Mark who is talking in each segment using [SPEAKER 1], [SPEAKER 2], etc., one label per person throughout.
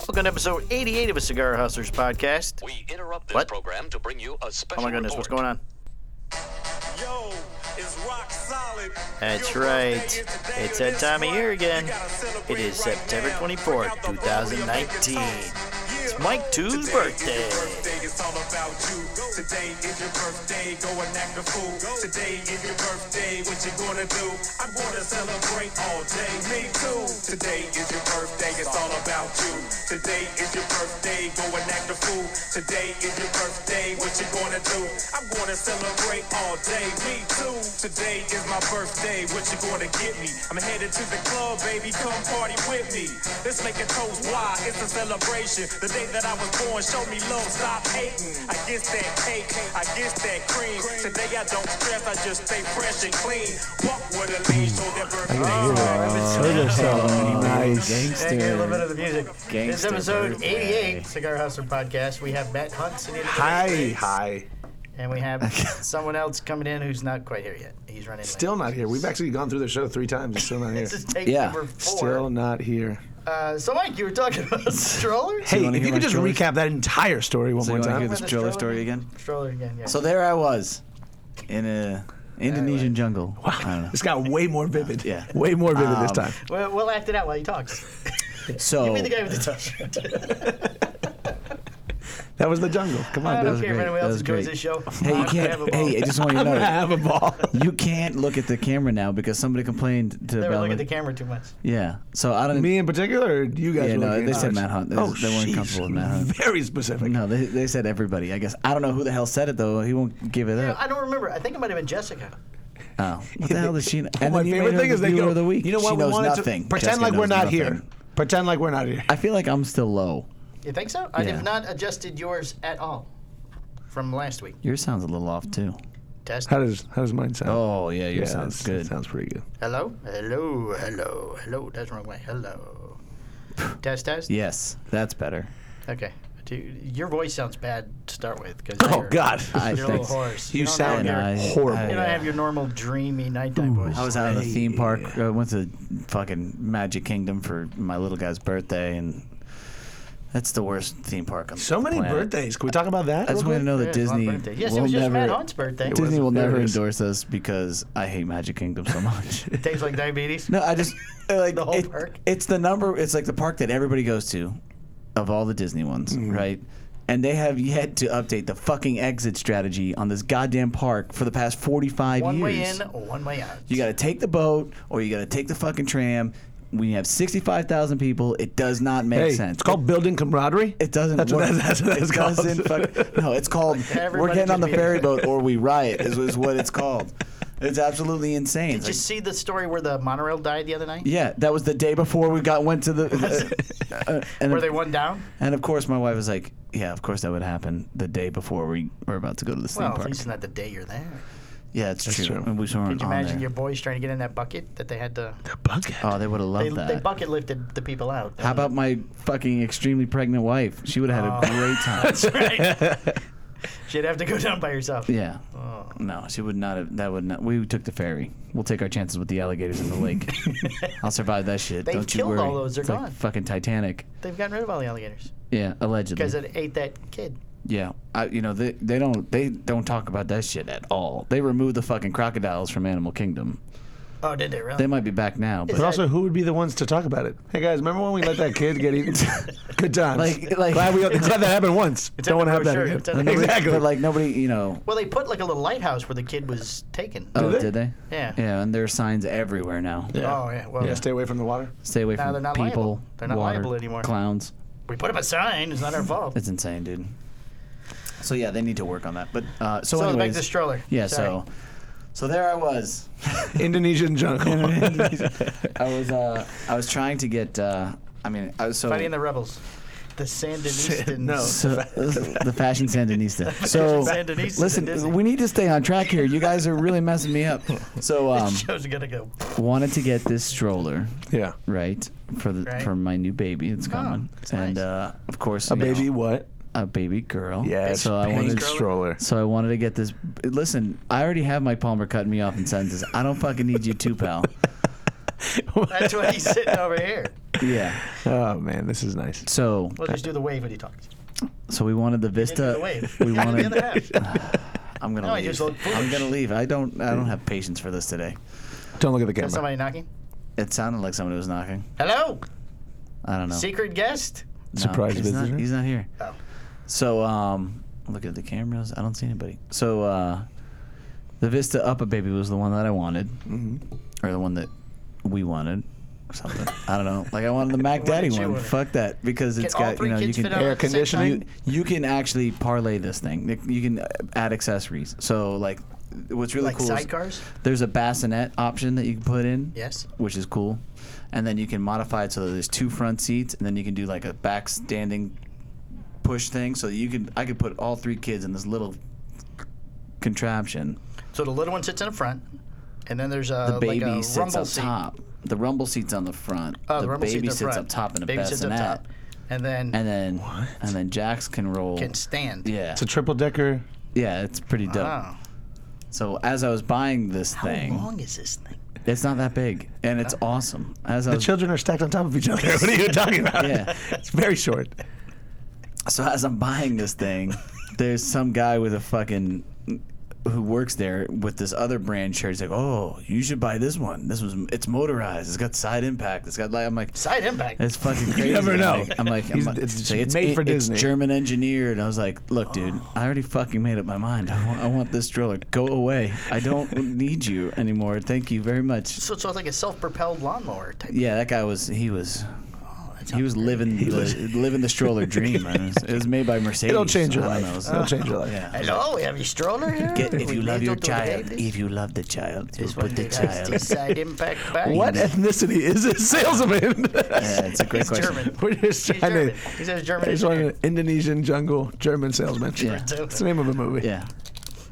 [SPEAKER 1] Welcome to episode 88 of a Cigar Hustlers podcast.
[SPEAKER 2] We interrupt this
[SPEAKER 1] What?
[SPEAKER 2] program to bring you a
[SPEAKER 1] Oh
[SPEAKER 2] special.
[SPEAKER 1] my goodness, what's going on?
[SPEAKER 3] Yo, it's rock solid.
[SPEAKER 1] That's
[SPEAKER 3] Your birthday
[SPEAKER 1] right.
[SPEAKER 3] is today
[SPEAKER 1] It's
[SPEAKER 3] or
[SPEAKER 1] that
[SPEAKER 3] this
[SPEAKER 1] time of
[SPEAKER 3] month.
[SPEAKER 1] year
[SPEAKER 3] You
[SPEAKER 1] again.
[SPEAKER 3] gotta celebrate
[SPEAKER 1] It is
[SPEAKER 3] right
[SPEAKER 1] September
[SPEAKER 3] now.
[SPEAKER 1] 24th,
[SPEAKER 3] Break out the phone, we'll make it
[SPEAKER 1] 2019.
[SPEAKER 3] toast.
[SPEAKER 1] It's
[SPEAKER 3] Yeah.
[SPEAKER 1] Mike Two's
[SPEAKER 3] Today is
[SPEAKER 1] birthday.
[SPEAKER 3] your birthday. It's all about you. Today is your birthday. Go and act a fool. Today is your birthday. What you gonna do? I'm gonna celebrate all day. Me too. Today is your birthday. It's all about you. Today is your birthday. Go and act a fool. Today is your birthday. What you gonna do? I'm gonna celebrate all day. Me too. Today is my birthday. What you gonna get me? I'm headed to the club, baby. Come party with me. Let's make a toast. Why? It's a celebration. The day that I was born, show me love. Stop hating. I get that cake. I get that cream. Today I don't stress. I just stay fresh and clean. Walk with a lean. Show that birthday.
[SPEAKER 4] nice.
[SPEAKER 1] Hey, get a little bit of
[SPEAKER 4] Gangster.
[SPEAKER 1] the music. This
[SPEAKER 4] Gangster
[SPEAKER 1] episode
[SPEAKER 4] birthday.
[SPEAKER 1] 88 Cigar Hustler podcast. We have Matt Hunt sitting in the
[SPEAKER 4] Hi,
[SPEAKER 1] backstage,
[SPEAKER 4] hi.
[SPEAKER 1] and we have someone else coming in who's not quite here yet. He's running late.
[SPEAKER 4] Still not here. We've actually gone through the show three times. It's still not here.
[SPEAKER 1] This is take
[SPEAKER 5] Yeah,
[SPEAKER 1] number four.
[SPEAKER 4] Still not here.
[SPEAKER 1] Uh, so, Mike, you were talking about strollers.
[SPEAKER 4] Hey,
[SPEAKER 5] wanna
[SPEAKER 4] if
[SPEAKER 5] hear
[SPEAKER 4] you could
[SPEAKER 5] my
[SPEAKER 4] just
[SPEAKER 5] stories?
[SPEAKER 4] recap that entire story one
[SPEAKER 5] So
[SPEAKER 4] more
[SPEAKER 5] you want to
[SPEAKER 4] time.
[SPEAKER 5] hear the
[SPEAKER 1] Remember the
[SPEAKER 5] stroller
[SPEAKER 1] stroller?
[SPEAKER 5] story again?
[SPEAKER 1] Stroller again. Yeah.
[SPEAKER 5] So there I was, in a Indonesian jungle. I don't know.
[SPEAKER 4] This got way more vivid.
[SPEAKER 5] Yeah.
[SPEAKER 4] Way more vivid this
[SPEAKER 5] Um,
[SPEAKER 4] time.
[SPEAKER 1] we'll, we'll act it out while he talks.
[SPEAKER 5] So
[SPEAKER 1] Be the guy with the t-shirt.
[SPEAKER 4] That was the jungle. Come
[SPEAKER 1] I don't
[SPEAKER 4] on, dude.
[SPEAKER 5] was
[SPEAKER 1] care if
[SPEAKER 5] great.
[SPEAKER 1] anyone
[SPEAKER 5] That
[SPEAKER 1] else
[SPEAKER 5] was
[SPEAKER 1] enjoys
[SPEAKER 5] great.
[SPEAKER 1] this show.
[SPEAKER 5] hey, you
[SPEAKER 1] I'm
[SPEAKER 5] can't.
[SPEAKER 1] unforgivable.
[SPEAKER 5] Hey, I just want you to
[SPEAKER 4] I
[SPEAKER 5] know
[SPEAKER 4] have a ball.
[SPEAKER 5] you can't look at the camera now because somebody complained to
[SPEAKER 1] Never
[SPEAKER 5] about
[SPEAKER 1] look
[SPEAKER 5] me.
[SPEAKER 1] at the camera too much.
[SPEAKER 5] Yeah. So I don't.
[SPEAKER 4] Me in particular, or you guys?
[SPEAKER 5] Yeah,
[SPEAKER 4] were
[SPEAKER 5] no,
[SPEAKER 4] looking
[SPEAKER 5] they
[SPEAKER 4] at
[SPEAKER 5] said
[SPEAKER 4] ours?
[SPEAKER 5] Matt Hunt. They-
[SPEAKER 4] oh,
[SPEAKER 5] they weren't
[SPEAKER 4] jeez.
[SPEAKER 5] comfortable with Matt Hunt.
[SPEAKER 4] Very specific.
[SPEAKER 5] No, they, they said everybody. I guess I don't know who the hell said it though. He won't give it
[SPEAKER 1] I
[SPEAKER 5] up.
[SPEAKER 1] don't remember. I think it might have been Jessica.
[SPEAKER 5] Oh, what the hell is she? And
[SPEAKER 4] my
[SPEAKER 5] then you
[SPEAKER 4] favorite
[SPEAKER 5] made her
[SPEAKER 4] thing is
[SPEAKER 5] the
[SPEAKER 4] they
[SPEAKER 5] viewer
[SPEAKER 4] go.
[SPEAKER 5] of the week.
[SPEAKER 4] You know what?
[SPEAKER 5] She
[SPEAKER 4] we
[SPEAKER 5] knows
[SPEAKER 4] wanted
[SPEAKER 5] nothing.
[SPEAKER 4] to pretend
[SPEAKER 5] Jessica
[SPEAKER 4] like we're
[SPEAKER 5] knows
[SPEAKER 4] not
[SPEAKER 5] nothing.
[SPEAKER 4] here. Pretend like we're not here.
[SPEAKER 5] I feel like I'm still low.
[SPEAKER 1] You think so? I
[SPEAKER 5] Yeah.
[SPEAKER 1] have not adjusted yours at all from last week.
[SPEAKER 5] Yours sounds a little off too.
[SPEAKER 1] Test.
[SPEAKER 4] How does how does mine sound?
[SPEAKER 5] Oh yeah, yours sounds
[SPEAKER 4] that's-
[SPEAKER 5] good.
[SPEAKER 4] Sounds pretty good.
[SPEAKER 1] Hello? Hello, hello, hello. That's the wrong way. Hello. test, test?
[SPEAKER 5] Yes, that's better.
[SPEAKER 1] Okay. Dude, your voice sounds bad to start with. Cause
[SPEAKER 4] Oh
[SPEAKER 1] you're-
[SPEAKER 4] God.
[SPEAKER 5] I
[SPEAKER 1] You're a little
[SPEAKER 5] think.
[SPEAKER 1] hoarse.
[SPEAKER 4] You
[SPEAKER 1] don't
[SPEAKER 4] sound
[SPEAKER 1] have
[SPEAKER 5] I-
[SPEAKER 1] your-
[SPEAKER 4] horrible.
[SPEAKER 1] You don't have your normal dreamy nighttime voice.
[SPEAKER 5] I was out at the theme park. I went to fucking Magic Kingdom for my little guy's birthday, and that's the worst theme park. On
[SPEAKER 4] So
[SPEAKER 5] the
[SPEAKER 4] many
[SPEAKER 5] planet.
[SPEAKER 4] birthdays. Can we talk about that?
[SPEAKER 5] I just
[SPEAKER 4] real
[SPEAKER 5] want to
[SPEAKER 4] quick?
[SPEAKER 5] know that
[SPEAKER 1] It is my
[SPEAKER 5] Disney
[SPEAKER 1] birthday. Yes,
[SPEAKER 5] will
[SPEAKER 1] it was just
[SPEAKER 5] never.
[SPEAKER 1] Matt Hunt's birthday.
[SPEAKER 4] It
[SPEAKER 5] Disney will never
[SPEAKER 4] Hilarious.
[SPEAKER 5] endorse us because I hate Magic Kingdom so much.
[SPEAKER 1] Tastes like diabetes.
[SPEAKER 5] no, I just I like
[SPEAKER 1] The whole
[SPEAKER 5] it-
[SPEAKER 1] park?
[SPEAKER 5] It's the number. It's like the park that everybody goes to, of all the Disney ones,
[SPEAKER 1] Mm-hmm.
[SPEAKER 5] right? And they have yet to update the fucking exit strategy on this goddamn park for the past forty-five
[SPEAKER 1] One
[SPEAKER 5] years.
[SPEAKER 1] way in, one way out.
[SPEAKER 5] You got to take the boat or you got to take the fucking tram. When you have 65,000 people, it does not make
[SPEAKER 4] Hey,
[SPEAKER 5] sense.
[SPEAKER 4] it's called building camaraderie.
[SPEAKER 5] It doesn't
[SPEAKER 4] That's
[SPEAKER 5] work.
[SPEAKER 4] what that's, that's what that's
[SPEAKER 5] it
[SPEAKER 4] called.
[SPEAKER 5] doesn't fuck- no, it's called we're
[SPEAKER 1] everybody
[SPEAKER 5] getting on the
[SPEAKER 1] can be-
[SPEAKER 5] ferry boat or we riot is, is what it's called. It's absolutely insane.
[SPEAKER 1] Did
[SPEAKER 5] It's
[SPEAKER 1] you
[SPEAKER 5] like-
[SPEAKER 1] see the story where the monorail died the other night?
[SPEAKER 5] yeah, that was the day before we got went to the uh, and,
[SPEAKER 1] Were they one down?
[SPEAKER 5] and of course my wife was like, yeah, of course that would happen the day before we were about to go to the theme
[SPEAKER 1] Well, at
[SPEAKER 5] park.
[SPEAKER 1] least it's not the day you're there.
[SPEAKER 5] Yeah, it's true.
[SPEAKER 4] true.
[SPEAKER 5] And we weren't
[SPEAKER 1] Could you
[SPEAKER 5] on
[SPEAKER 1] imagine
[SPEAKER 5] there.
[SPEAKER 1] your boys trying to get in that bucket that they had to?
[SPEAKER 5] Oh, they would have loved
[SPEAKER 1] They,
[SPEAKER 5] that.
[SPEAKER 1] they bucket lifted the people out.
[SPEAKER 5] How about my fucking extremely pregnant wife? She would
[SPEAKER 1] Oh.
[SPEAKER 5] have had a great time.
[SPEAKER 1] She'd have to go down by herself.
[SPEAKER 5] Yeah.
[SPEAKER 1] Oh.
[SPEAKER 5] No, she would not have. That would not. We took the ferry. We'll take our chances with the alligators in the lake. I'll survive that shit.
[SPEAKER 1] They've
[SPEAKER 5] Don't you
[SPEAKER 1] killed
[SPEAKER 5] worry.
[SPEAKER 1] all those. They're
[SPEAKER 5] It's like
[SPEAKER 1] gone.
[SPEAKER 5] fucking Titanic.
[SPEAKER 1] They've gotten rid of all the alligators
[SPEAKER 5] Yeah, allegedly.
[SPEAKER 1] because it ate that kid.
[SPEAKER 5] yeah, I, you know they they don't they don't talk about that shit at all. They removed the fucking crocodiles from Animal Kingdom.
[SPEAKER 1] Oh, did they really?
[SPEAKER 5] They might be back now, but
[SPEAKER 4] But also, who would be the ones to talk about it? Hey guys, remember when we let that kid get eaten? Good times.
[SPEAKER 5] Like- like-
[SPEAKER 4] glad we glad that happened once. Don't
[SPEAKER 1] in
[SPEAKER 4] want
[SPEAKER 1] the
[SPEAKER 4] to have that
[SPEAKER 1] brochure.
[SPEAKER 4] again.
[SPEAKER 1] It's in the brochure.
[SPEAKER 4] Exactly.
[SPEAKER 5] but like nobody, you know.
[SPEAKER 1] well, they put like a little lighthouse where the kid was taken.
[SPEAKER 5] Oh,
[SPEAKER 4] they?
[SPEAKER 5] did they?
[SPEAKER 1] Yeah.
[SPEAKER 5] Yeah, and there are signs everywhere now.
[SPEAKER 1] Oh, yeah. Well,
[SPEAKER 4] yeah. Stay away from the water.
[SPEAKER 5] Stay away
[SPEAKER 1] Now
[SPEAKER 5] from
[SPEAKER 1] they're not
[SPEAKER 5] people,
[SPEAKER 1] liable. They're not
[SPEAKER 5] water,
[SPEAKER 1] liable anymore.
[SPEAKER 5] Clowns.
[SPEAKER 1] we put up a sign. It's not our fault.
[SPEAKER 5] It's insane, dude. So yeah, they need to work on that. But uh, so,
[SPEAKER 1] So
[SPEAKER 5] anyways,
[SPEAKER 1] back to the stroller.
[SPEAKER 5] yeah,
[SPEAKER 1] Sorry.
[SPEAKER 5] so so there I was.
[SPEAKER 4] Indonesian jungle.
[SPEAKER 5] I was uh, I was trying to get. Uh, I mean, I was so
[SPEAKER 1] fighting the rebels, the Sandinistas.
[SPEAKER 4] No.
[SPEAKER 5] so uh, the fashion Sandinista. So
[SPEAKER 1] Sandinista Disney.
[SPEAKER 5] listen, we need to stay on track here. You guys are really messing me up. So um,
[SPEAKER 1] Show's gonna go.
[SPEAKER 5] wanted to get this stroller.
[SPEAKER 4] yeah.
[SPEAKER 5] Right for the,
[SPEAKER 1] Right. Oh,
[SPEAKER 5] for my new baby, it's coming,
[SPEAKER 1] that's
[SPEAKER 5] and
[SPEAKER 1] nice.
[SPEAKER 5] uh, of course
[SPEAKER 4] A
[SPEAKER 5] you know,
[SPEAKER 4] baby what?
[SPEAKER 5] a baby girl.
[SPEAKER 4] Yes.
[SPEAKER 5] so I
[SPEAKER 4] pink
[SPEAKER 5] wanted
[SPEAKER 4] stroller.
[SPEAKER 5] So I wanted to get this. Listen, I already have my Palmer cutting me off in sentences. I don't fucking need you too, pal.
[SPEAKER 1] That's why he's sitting over here.
[SPEAKER 5] yeah.
[SPEAKER 4] Oh man, this is nice.
[SPEAKER 5] So,
[SPEAKER 1] Well, just do the wave when he talks.
[SPEAKER 5] so we wanted the Vista.
[SPEAKER 1] the wave.
[SPEAKER 5] We
[SPEAKER 1] Yeah, the
[SPEAKER 5] wanted.
[SPEAKER 1] other half.
[SPEAKER 5] I'm gonna
[SPEAKER 1] No, I
[SPEAKER 5] leave.
[SPEAKER 1] just look
[SPEAKER 5] I'm
[SPEAKER 1] foolish.
[SPEAKER 5] gonna leave. I don't. I don't have patience for this today.
[SPEAKER 4] Don't look at the
[SPEAKER 1] Is
[SPEAKER 4] camera.
[SPEAKER 1] somebody knocking?
[SPEAKER 5] It sounded like someone was knocking.
[SPEAKER 1] Hello?
[SPEAKER 5] I don't know.
[SPEAKER 1] Secret guest?
[SPEAKER 5] No,
[SPEAKER 4] Surprise
[SPEAKER 5] he's not-
[SPEAKER 4] visitor?
[SPEAKER 5] he's not here.
[SPEAKER 1] Oh.
[SPEAKER 5] So, um, look at the cameras. I don't see anybody. So, uh, the Vista Upper Baby was the one that I wanted,
[SPEAKER 1] Mm-hmm.
[SPEAKER 5] or the one that we wanted, or something. I don't know. Like I wanted the Mac
[SPEAKER 1] Why
[SPEAKER 5] Daddy
[SPEAKER 1] did you
[SPEAKER 5] one.
[SPEAKER 1] want it?
[SPEAKER 5] Fuck that because it's
[SPEAKER 1] Can all
[SPEAKER 5] got you
[SPEAKER 1] three
[SPEAKER 5] know you
[SPEAKER 1] kids
[SPEAKER 5] can
[SPEAKER 1] fit out
[SPEAKER 4] air
[SPEAKER 1] at the same
[SPEAKER 4] conditioning?
[SPEAKER 1] time?
[SPEAKER 5] you can actually parlay this thing. Like, You can uh, add accessories. So like, what's really
[SPEAKER 1] Like
[SPEAKER 5] cool
[SPEAKER 1] sidecars?
[SPEAKER 5] is there's a bassinet option that you can put in.
[SPEAKER 1] Yes.
[SPEAKER 5] Which is cool, and then you can modify it so that there's two front seats, and then you can do like a back standing push thing. So you can I could put all three kids in this little contraption.
[SPEAKER 1] So the little one sits in the front, and then there's a
[SPEAKER 5] The baby
[SPEAKER 1] Uh, like a
[SPEAKER 5] sits
[SPEAKER 1] rumble
[SPEAKER 5] up
[SPEAKER 1] seat.
[SPEAKER 5] top. The rumble seat's on the front.
[SPEAKER 1] Oh,
[SPEAKER 5] the,
[SPEAKER 1] rumble
[SPEAKER 5] baby
[SPEAKER 1] seat's
[SPEAKER 5] sits
[SPEAKER 1] front.
[SPEAKER 5] up top in a
[SPEAKER 1] baby sits up
[SPEAKER 5] bassinet,
[SPEAKER 1] top. And then
[SPEAKER 5] and then and then Jax can roll.
[SPEAKER 1] can stand.
[SPEAKER 5] yeah,
[SPEAKER 4] It's a triple decker.
[SPEAKER 5] yeah, it's pretty dope.
[SPEAKER 1] Wow.
[SPEAKER 5] So as I was buying this
[SPEAKER 1] Ah. How
[SPEAKER 5] thing,
[SPEAKER 1] long is this thing?
[SPEAKER 5] it's not that big, and it's awesome. As I
[SPEAKER 4] The
[SPEAKER 5] was,
[SPEAKER 4] children are stacked on top of each other. What are you talking about?
[SPEAKER 5] Yeah.
[SPEAKER 4] It's very short.
[SPEAKER 5] so as I'm buying this thing, there's some guy with a fucking who works there with this other brand shirt. He's like, "Oh, you should buy this one. This was it's motorized. It's got side impact. It's got like I'm like."
[SPEAKER 1] Side impact.
[SPEAKER 5] It's fucking crazy.
[SPEAKER 4] never
[SPEAKER 5] I'm
[SPEAKER 4] know.
[SPEAKER 5] like- I'm like, I'm
[SPEAKER 4] He's-
[SPEAKER 5] like-
[SPEAKER 4] it's
[SPEAKER 5] it's,
[SPEAKER 4] just
[SPEAKER 5] it's
[SPEAKER 4] made for
[SPEAKER 5] it's
[SPEAKER 4] Disney.
[SPEAKER 5] German engineered. I was like, look, dude, I already fucking made up my mind. I want, I want this stroller. Go away. I don't need you anymore. Thank you very much.
[SPEAKER 1] so, so it's like a self-propelled lawnmower type.
[SPEAKER 5] Yeah, that guy was. He was.
[SPEAKER 1] Oh, that's
[SPEAKER 5] He was living the, living the stroller dream. man. It was, it was made by Mercedes.
[SPEAKER 4] It'll change your
[SPEAKER 5] I don't
[SPEAKER 4] life.
[SPEAKER 5] know, so-
[SPEAKER 4] It'll change your life.
[SPEAKER 5] yeah.
[SPEAKER 1] Hello, we have your stroller here.
[SPEAKER 5] Get- if
[SPEAKER 1] We
[SPEAKER 5] you love
[SPEAKER 1] made
[SPEAKER 5] your
[SPEAKER 1] it to
[SPEAKER 5] child,
[SPEAKER 1] baby.
[SPEAKER 5] if you love the child, you
[SPEAKER 1] This one
[SPEAKER 5] put the
[SPEAKER 1] here has the
[SPEAKER 5] child.
[SPEAKER 1] side impact back.
[SPEAKER 4] What ethnicity is this salesman?
[SPEAKER 5] Yeah, it's a great
[SPEAKER 1] He's
[SPEAKER 5] question.
[SPEAKER 1] German.
[SPEAKER 4] We're
[SPEAKER 1] He's
[SPEAKER 4] just trying
[SPEAKER 1] German.
[SPEAKER 4] to.
[SPEAKER 1] He says German.
[SPEAKER 4] It's
[SPEAKER 1] engineer.
[SPEAKER 4] an Indonesian jungle German salesman.
[SPEAKER 5] Yeah.
[SPEAKER 4] It's the name of a movie.
[SPEAKER 5] Yeah.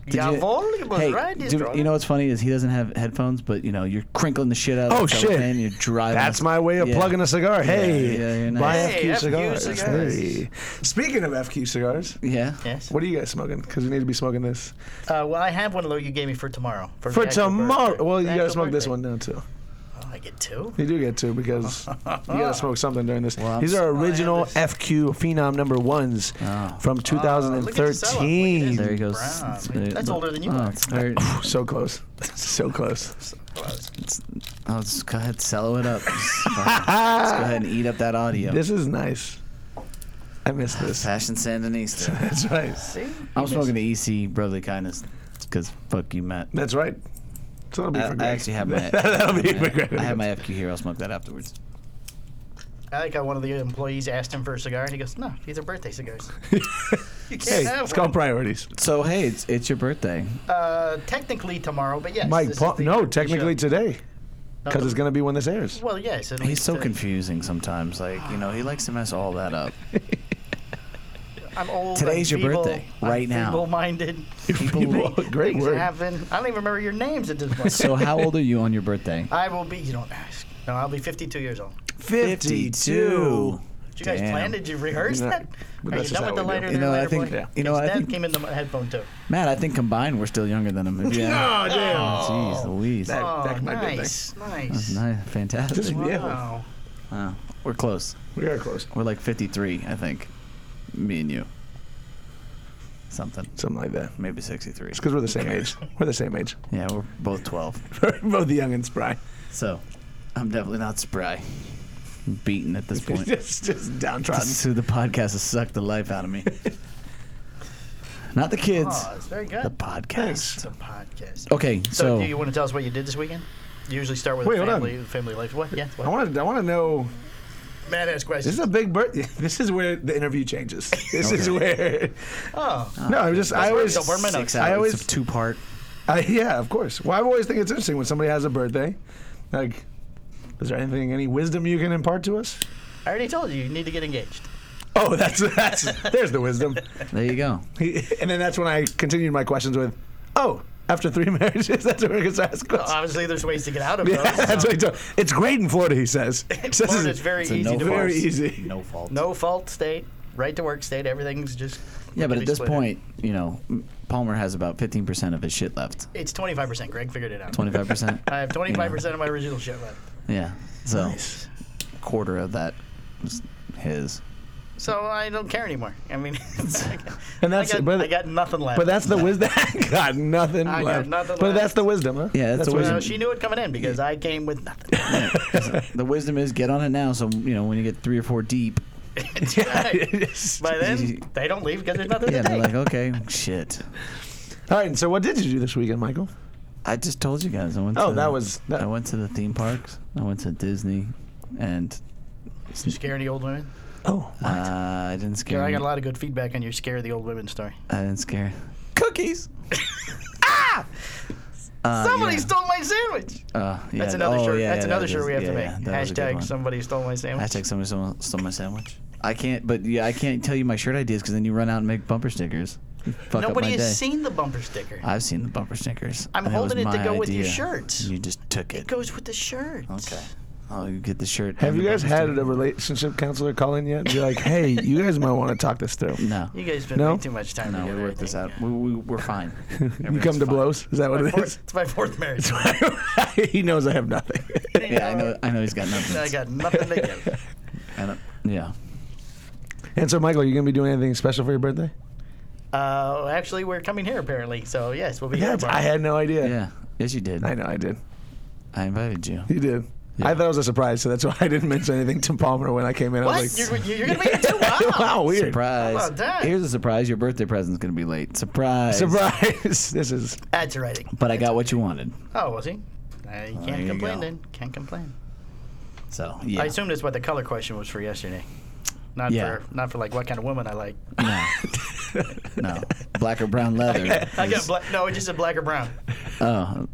[SPEAKER 5] Did you-
[SPEAKER 1] Jawohl, you was
[SPEAKER 5] Hey,
[SPEAKER 1] right. he's
[SPEAKER 5] do,
[SPEAKER 1] drawing.
[SPEAKER 5] you know what's funny is he doesn't have headphones, but you know you're crinkling the shit out of
[SPEAKER 4] Oh,
[SPEAKER 5] the
[SPEAKER 4] shit.
[SPEAKER 5] and you're driving.
[SPEAKER 4] That's my way of
[SPEAKER 5] Yeah.
[SPEAKER 4] plugging a cigar. Hey,
[SPEAKER 5] yeah, you're
[SPEAKER 4] buy
[SPEAKER 5] nice.
[SPEAKER 1] Hey,
[SPEAKER 4] FQ
[SPEAKER 1] FQ
[SPEAKER 4] cigars.
[SPEAKER 1] cigars.
[SPEAKER 4] Hey. Speaking of FQ cigars,
[SPEAKER 5] Yeah.
[SPEAKER 1] Yes.
[SPEAKER 4] what are you guys smoking? Because we need to be smoking this
[SPEAKER 1] Uh, well, I have one of those you gave me for tomorrow.
[SPEAKER 4] for
[SPEAKER 1] the actual
[SPEAKER 4] tomorrow.
[SPEAKER 1] birthday.
[SPEAKER 4] Well, you
[SPEAKER 1] The
[SPEAKER 4] gotta
[SPEAKER 1] actual
[SPEAKER 4] smoke this
[SPEAKER 1] birthday.
[SPEAKER 4] one now too.
[SPEAKER 1] Oh, I get two.
[SPEAKER 4] You do get to because you gotta smoke something during this.
[SPEAKER 5] I'm
[SPEAKER 4] These
[SPEAKER 5] s-
[SPEAKER 4] are
[SPEAKER 1] I have
[SPEAKER 4] original
[SPEAKER 1] Oh, this.
[SPEAKER 4] FQ Phenom number ones
[SPEAKER 5] Oh.
[SPEAKER 4] from
[SPEAKER 1] Oh, look at the
[SPEAKER 4] 2013.
[SPEAKER 1] cello.
[SPEAKER 5] There he goes.
[SPEAKER 1] Brown.
[SPEAKER 5] It's very-
[SPEAKER 1] That's older than you
[SPEAKER 5] Oh,
[SPEAKER 1] are.
[SPEAKER 5] It's very,
[SPEAKER 4] so close, so close.
[SPEAKER 5] oh, just go ahead, sell it up. Just fucking- just go ahead and eat up that audio.
[SPEAKER 4] This is nice. I miss this.
[SPEAKER 5] Fashion Sandinista.
[SPEAKER 4] That's right.
[SPEAKER 1] See?
[SPEAKER 5] I'm smoking the E EC Brotherly Kindness because fuck you, Matt.
[SPEAKER 4] That's right. So that'll be
[SPEAKER 5] I,
[SPEAKER 4] for
[SPEAKER 5] I
[SPEAKER 4] Greg.
[SPEAKER 5] actually have my.
[SPEAKER 4] That'll be for Greg.
[SPEAKER 5] I have my FQ here. I'll smoke that afterwards.
[SPEAKER 1] I think one of the employees asked him for a cigar, and he goes, "No, these are birthday cigars. you can't
[SPEAKER 4] Hey,
[SPEAKER 1] have
[SPEAKER 4] it's
[SPEAKER 1] one.
[SPEAKER 4] called priorities.
[SPEAKER 5] So hey, it's it's your birthday.
[SPEAKER 1] uh, technically tomorrow, but yes.
[SPEAKER 4] Mike,
[SPEAKER 1] this
[SPEAKER 4] Paul,
[SPEAKER 1] is the-
[SPEAKER 4] no,
[SPEAKER 1] the
[SPEAKER 4] technically
[SPEAKER 1] show.
[SPEAKER 4] today,
[SPEAKER 1] No,
[SPEAKER 4] because it's
[SPEAKER 1] the-
[SPEAKER 4] gonna be when this airs.
[SPEAKER 1] Well, yes. at
[SPEAKER 5] He's
[SPEAKER 1] least,
[SPEAKER 5] so
[SPEAKER 1] uh,
[SPEAKER 5] confusing sometimes. Like you know, he likes to mess all that up.
[SPEAKER 1] I'm old.
[SPEAKER 5] Today's
[SPEAKER 1] I'm
[SPEAKER 5] your
[SPEAKER 1] feeble,
[SPEAKER 5] birthday,
[SPEAKER 1] I'm
[SPEAKER 5] right now.
[SPEAKER 1] Feeble-minded.
[SPEAKER 4] People- great
[SPEAKER 1] Things
[SPEAKER 4] word.
[SPEAKER 1] happen. I don't even remember your names at this point.
[SPEAKER 5] So how old are you on your birthday?
[SPEAKER 1] I will be. You don't ask. No, I'll be 52 years old. Did you guys
[SPEAKER 5] Damn.
[SPEAKER 1] plan? Did you rehearse
[SPEAKER 4] No,
[SPEAKER 1] that?
[SPEAKER 4] but
[SPEAKER 1] Are you
[SPEAKER 4] that's just
[SPEAKER 1] done with the
[SPEAKER 4] how we do
[SPEAKER 1] lighter
[SPEAKER 4] it.
[SPEAKER 5] You
[SPEAKER 1] than
[SPEAKER 5] know, I
[SPEAKER 1] lighter
[SPEAKER 5] think-
[SPEAKER 1] boy?
[SPEAKER 5] you know,
[SPEAKER 1] Yes,
[SPEAKER 5] I
[SPEAKER 1] that
[SPEAKER 5] think-
[SPEAKER 1] came into my headphone too.
[SPEAKER 5] Matt, I think combined we're still younger than him. If you have-
[SPEAKER 4] Oh damn!
[SPEAKER 5] Jeez Louise.
[SPEAKER 4] That-
[SPEAKER 1] Oh,
[SPEAKER 4] might be a thing.
[SPEAKER 1] nice, nice.
[SPEAKER 5] That's nice.
[SPEAKER 4] This
[SPEAKER 5] Fantastic.
[SPEAKER 4] would be- Yeah.
[SPEAKER 1] Wow.
[SPEAKER 5] Wow. We're close.
[SPEAKER 4] We are close.
[SPEAKER 5] We're like 53, I think. Me and you. Something.
[SPEAKER 4] Something like that.
[SPEAKER 5] Maybe 63.
[SPEAKER 4] It's because we're the same age. We're the same age.
[SPEAKER 5] Yeah, we're both 12.
[SPEAKER 4] We're both young and spry.
[SPEAKER 5] So I'm definitely not spry. I'm beaten at this point.
[SPEAKER 4] just, just downtrodden.
[SPEAKER 5] so the podcast has sucked the life out of me. not the kids.
[SPEAKER 1] Oh, it's very good.
[SPEAKER 5] the Oh, podcast.
[SPEAKER 1] It's a podcast.
[SPEAKER 5] Okay,
[SPEAKER 1] So,
[SPEAKER 5] so,
[SPEAKER 1] do you want to tell us what you did this weekend? You usually start with
[SPEAKER 4] Wait, hold on.
[SPEAKER 1] family, family life. What? Yeah.
[SPEAKER 4] I
[SPEAKER 1] What?
[SPEAKER 4] want to. I want to know.
[SPEAKER 1] Mad ass
[SPEAKER 4] This
[SPEAKER 1] questions.
[SPEAKER 4] is a big birthday. This is where the interview changes. This is where.
[SPEAKER 1] oh,
[SPEAKER 4] No, I'm just. I always.
[SPEAKER 1] Don't burn my notes.
[SPEAKER 5] six
[SPEAKER 4] I
[SPEAKER 5] hours
[SPEAKER 4] always-
[SPEAKER 5] of two part.
[SPEAKER 4] I, yeah, of course. Well, I always think it's interesting when somebody has a birthday. Like, is there anything, any wisdom you can impart to us?
[SPEAKER 1] I already told you you need to get engaged.
[SPEAKER 4] Oh, that's that's. there's the wisdom.
[SPEAKER 5] There you go.
[SPEAKER 4] and then that's when I continued my questions with, oh, after three marriages, that's when we're going to ask
[SPEAKER 1] Well,
[SPEAKER 4] questions.
[SPEAKER 1] obviously, there's ways to get out of those.
[SPEAKER 4] Yeah, that's
[SPEAKER 1] so-
[SPEAKER 4] what he told. It's great in Florida, he says. He says
[SPEAKER 1] Florida's very
[SPEAKER 5] a
[SPEAKER 1] easy to
[SPEAKER 5] no-fault.
[SPEAKER 4] very
[SPEAKER 1] divorce.
[SPEAKER 4] easy.
[SPEAKER 5] No fault.
[SPEAKER 1] No fault state, right to work state. Everything's just.
[SPEAKER 5] Yeah, but
[SPEAKER 1] can
[SPEAKER 5] at
[SPEAKER 1] be
[SPEAKER 5] this
[SPEAKER 1] split.
[SPEAKER 5] point, you know, Palmer has about 15% of his shit left.
[SPEAKER 1] it's 25%. Greg figured it out.
[SPEAKER 5] 25%?
[SPEAKER 1] I have 25% of my original shit left.
[SPEAKER 5] yeah. So quarter of that was his.
[SPEAKER 1] So I don't care anymore. I mean, it's like-
[SPEAKER 4] And that's
[SPEAKER 1] I got,
[SPEAKER 4] it, but-
[SPEAKER 1] I got nothing left.
[SPEAKER 4] But that's the wisdom. I got nothing
[SPEAKER 1] I got
[SPEAKER 4] left.
[SPEAKER 1] nothing
[SPEAKER 4] but
[SPEAKER 1] left.
[SPEAKER 4] that's the wisdom, huh?
[SPEAKER 5] Yeah, that's the
[SPEAKER 4] what-
[SPEAKER 5] wisdom.
[SPEAKER 1] so she knew it coming in because I came with nothing.
[SPEAKER 5] The wisdom is get on it now, so you know when you get three or four deep,
[SPEAKER 1] By then, they don't leave because there's nothing
[SPEAKER 5] yeah,
[SPEAKER 1] to
[SPEAKER 5] they're
[SPEAKER 1] take.
[SPEAKER 5] like, okay, shit.
[SPEAKER 4] All right. And so, what did you do this weekend, Michael?
[SPEAKER 5] I just told you guys. I went.
[SPEAKER 4] Oh,
[SPEAKER 5] to,
[SPEAKER 4] that was- that-
[SPEAKER 5] I went to the theme parks. I went to Disney, and
[SPEAKER 1] Scare the old women.
[SPEAKER 4] Oh,
[SPEAKER 5] uh, I didn't scare.
[SPEAKER 1] Yeah, I got
[SPEAKER 5] any-
[SPEAKER 1] a lot of good feedback on your scare the old women story.
[SPEAKER 5] I didn't scare. Cookies. ah! Uh,
[SPEAKER 1] Somebody
[SPEAKER 5] yeah.
[SPEAKER 1] stole my sandwich.
[SPEAKER 5] Uh, yeah.
[SPEAKER 1] That's another
[SPEAKER 5] oh,
[SPEAKER 1] shirt.
[SPEAKER 5] yeah,
[SPEAKER 1] that's
[SPEAKER 5] yeah,
[SPEAKER 1] another
[SPEAKER 5] that
[SPEAKER 1] shirt
[SPEAKER 5] is-
[SPEAKER 1] we have
[SPEAKER 5] yeah,
[SPEAKER 1] to make.
[SPEAKER 5] yeah, that was a good
[SPEAKER 1] Hashtag
[SPEAKER 5] one.
[SPEAKER 1] somebody stole my sandwich.
[SPEAKER 5] Hashtag somebody stole, stole my sandwich. I can't, but yeah, I can't tell you my shirt ideas because then you run out and make bumper stickers. You Fuck up
[SPEAKER 1] Nobody
[SPEAKER 5] my
[SPEAKER 1] has
[SPEAKER 5] day.
[SPEAKER 1] seen the bumper sticker.
[SPEAKER 5] I've seen the bumper stickers.
[SPEAKER 1] I'm
[SPEAKER 5] and
[SPEAKER 1] holding
[SPEAKER 5] was
[SPEAKER 1] it to
[SPEAKER 5] my
[SPEAKER 1] go with your
[SPEAKER 5] idea,
[SPEAKER 1] shirt.
[SPEAKER 5] and You just took
[SPEAKER 1] it
[SPEAKER 5] it.
[SPEAKER 1] goes with the shirt.
[SPEAKER 5] Okay. Oh, you get the shirt.
[SPEAKER 4] have
[SPEAKER 5] and
[SPEAKER 4] you
[SPEAKER 5] the
[SPEAKER 4] guys
[SPEAKER 5] bumper
[SPEAKER 4] had
[SPEAKER 5] sticker.
[SPEAKER 4] a relationship counselor call in yet? You're like, hey, you guys might want to talk this through.
[SPEAKER 5] No.
[SPEAKER 1] You guys spend
[SPEAKER 4] No?
[SPEAKER 1] way too much time
[SPEAKER 5] No,
[SPEAKER 1] together.
[SPEAKER 5] we
[SPEAKER 1] I
[SPEAKER 5] worked this
[SPEAKER 1] think.
[SPEAKER 5] out. We, we, we're fine.
[SPEAKER 4] You come to blows? Is that what it
[SPEAKER 1] Fourth-
[SPEAKER 4] is?
[SPEAKER 1] It's my fourth marriage.
[SPEAKER 4] he knows I have nothing.
[SPEAKER 5] Yeah, I know. I know he's got nothing.
[SPEAKER 1] I got nothing to give.
[SPEAKER 5] I don't- yeah.
[SPEAKER 4] and so, Michael, you gonna be doing anything special for your birthday?
[SPEAKER 1] Uh, actually, we're coming here apparently. So yes, we'll be
[SPEAKER 4] Yeah,
[SPEAKER 1] here.
[SPEAKER 4] it's- I had no idea.
[SPEAKER 5] Yeah. Yes, you did.
[SPEAKER 4] I
[SPEAKER 5] I,
[SPEAKER 4] know I did.
[SPEAKER 5] invited you.
[SPEAKER 4] You did. I thought it was a surprise, so that's why I didn't mention anything to Palmer when I came in. I
[SPEAKER 1] What?
[SPEAKER 4] was
[SPEAKER 1] you're,
[SPEAKER 4] like,
[SPEAKER 1] you're you're gonna be here too? Wow.
[SPEAKER 4] wow, weird.
[SPEAKER 5] Surprise.
[SPEAKER 1] How about that?
[SPEAKER 5] Here's a surprise. Your birthday present's going to be late. Surprise.
[SPEAKER 4] Surprise. this is.
[SPEAKER 1] That's writing.
[SPEAKER 5] But I got what you wanted.
[SPEAKER 1] Oh, was he? I can't
[SPEAKER 5] there you
[SPEAKER 1] complain
[SPEAKER 5] go.
[SPEAKER 1] then. Can't complain.
[SPEAKER 5] So, yeah.
[SPEAKER 1] I assume that's what the color question was for yesterday. Not
[SPEAKER 5] Yeah.
[SPEAKER 1] for not for like what kind of woman I like.
[SPEAKER 5] no. no. Black or brown leather.
[SPEAKER 1] I got
[SPEAKER 5] is-
[SPEAKER 1] black. No, it just said black or brown.
[SPEAKER 5] Oh.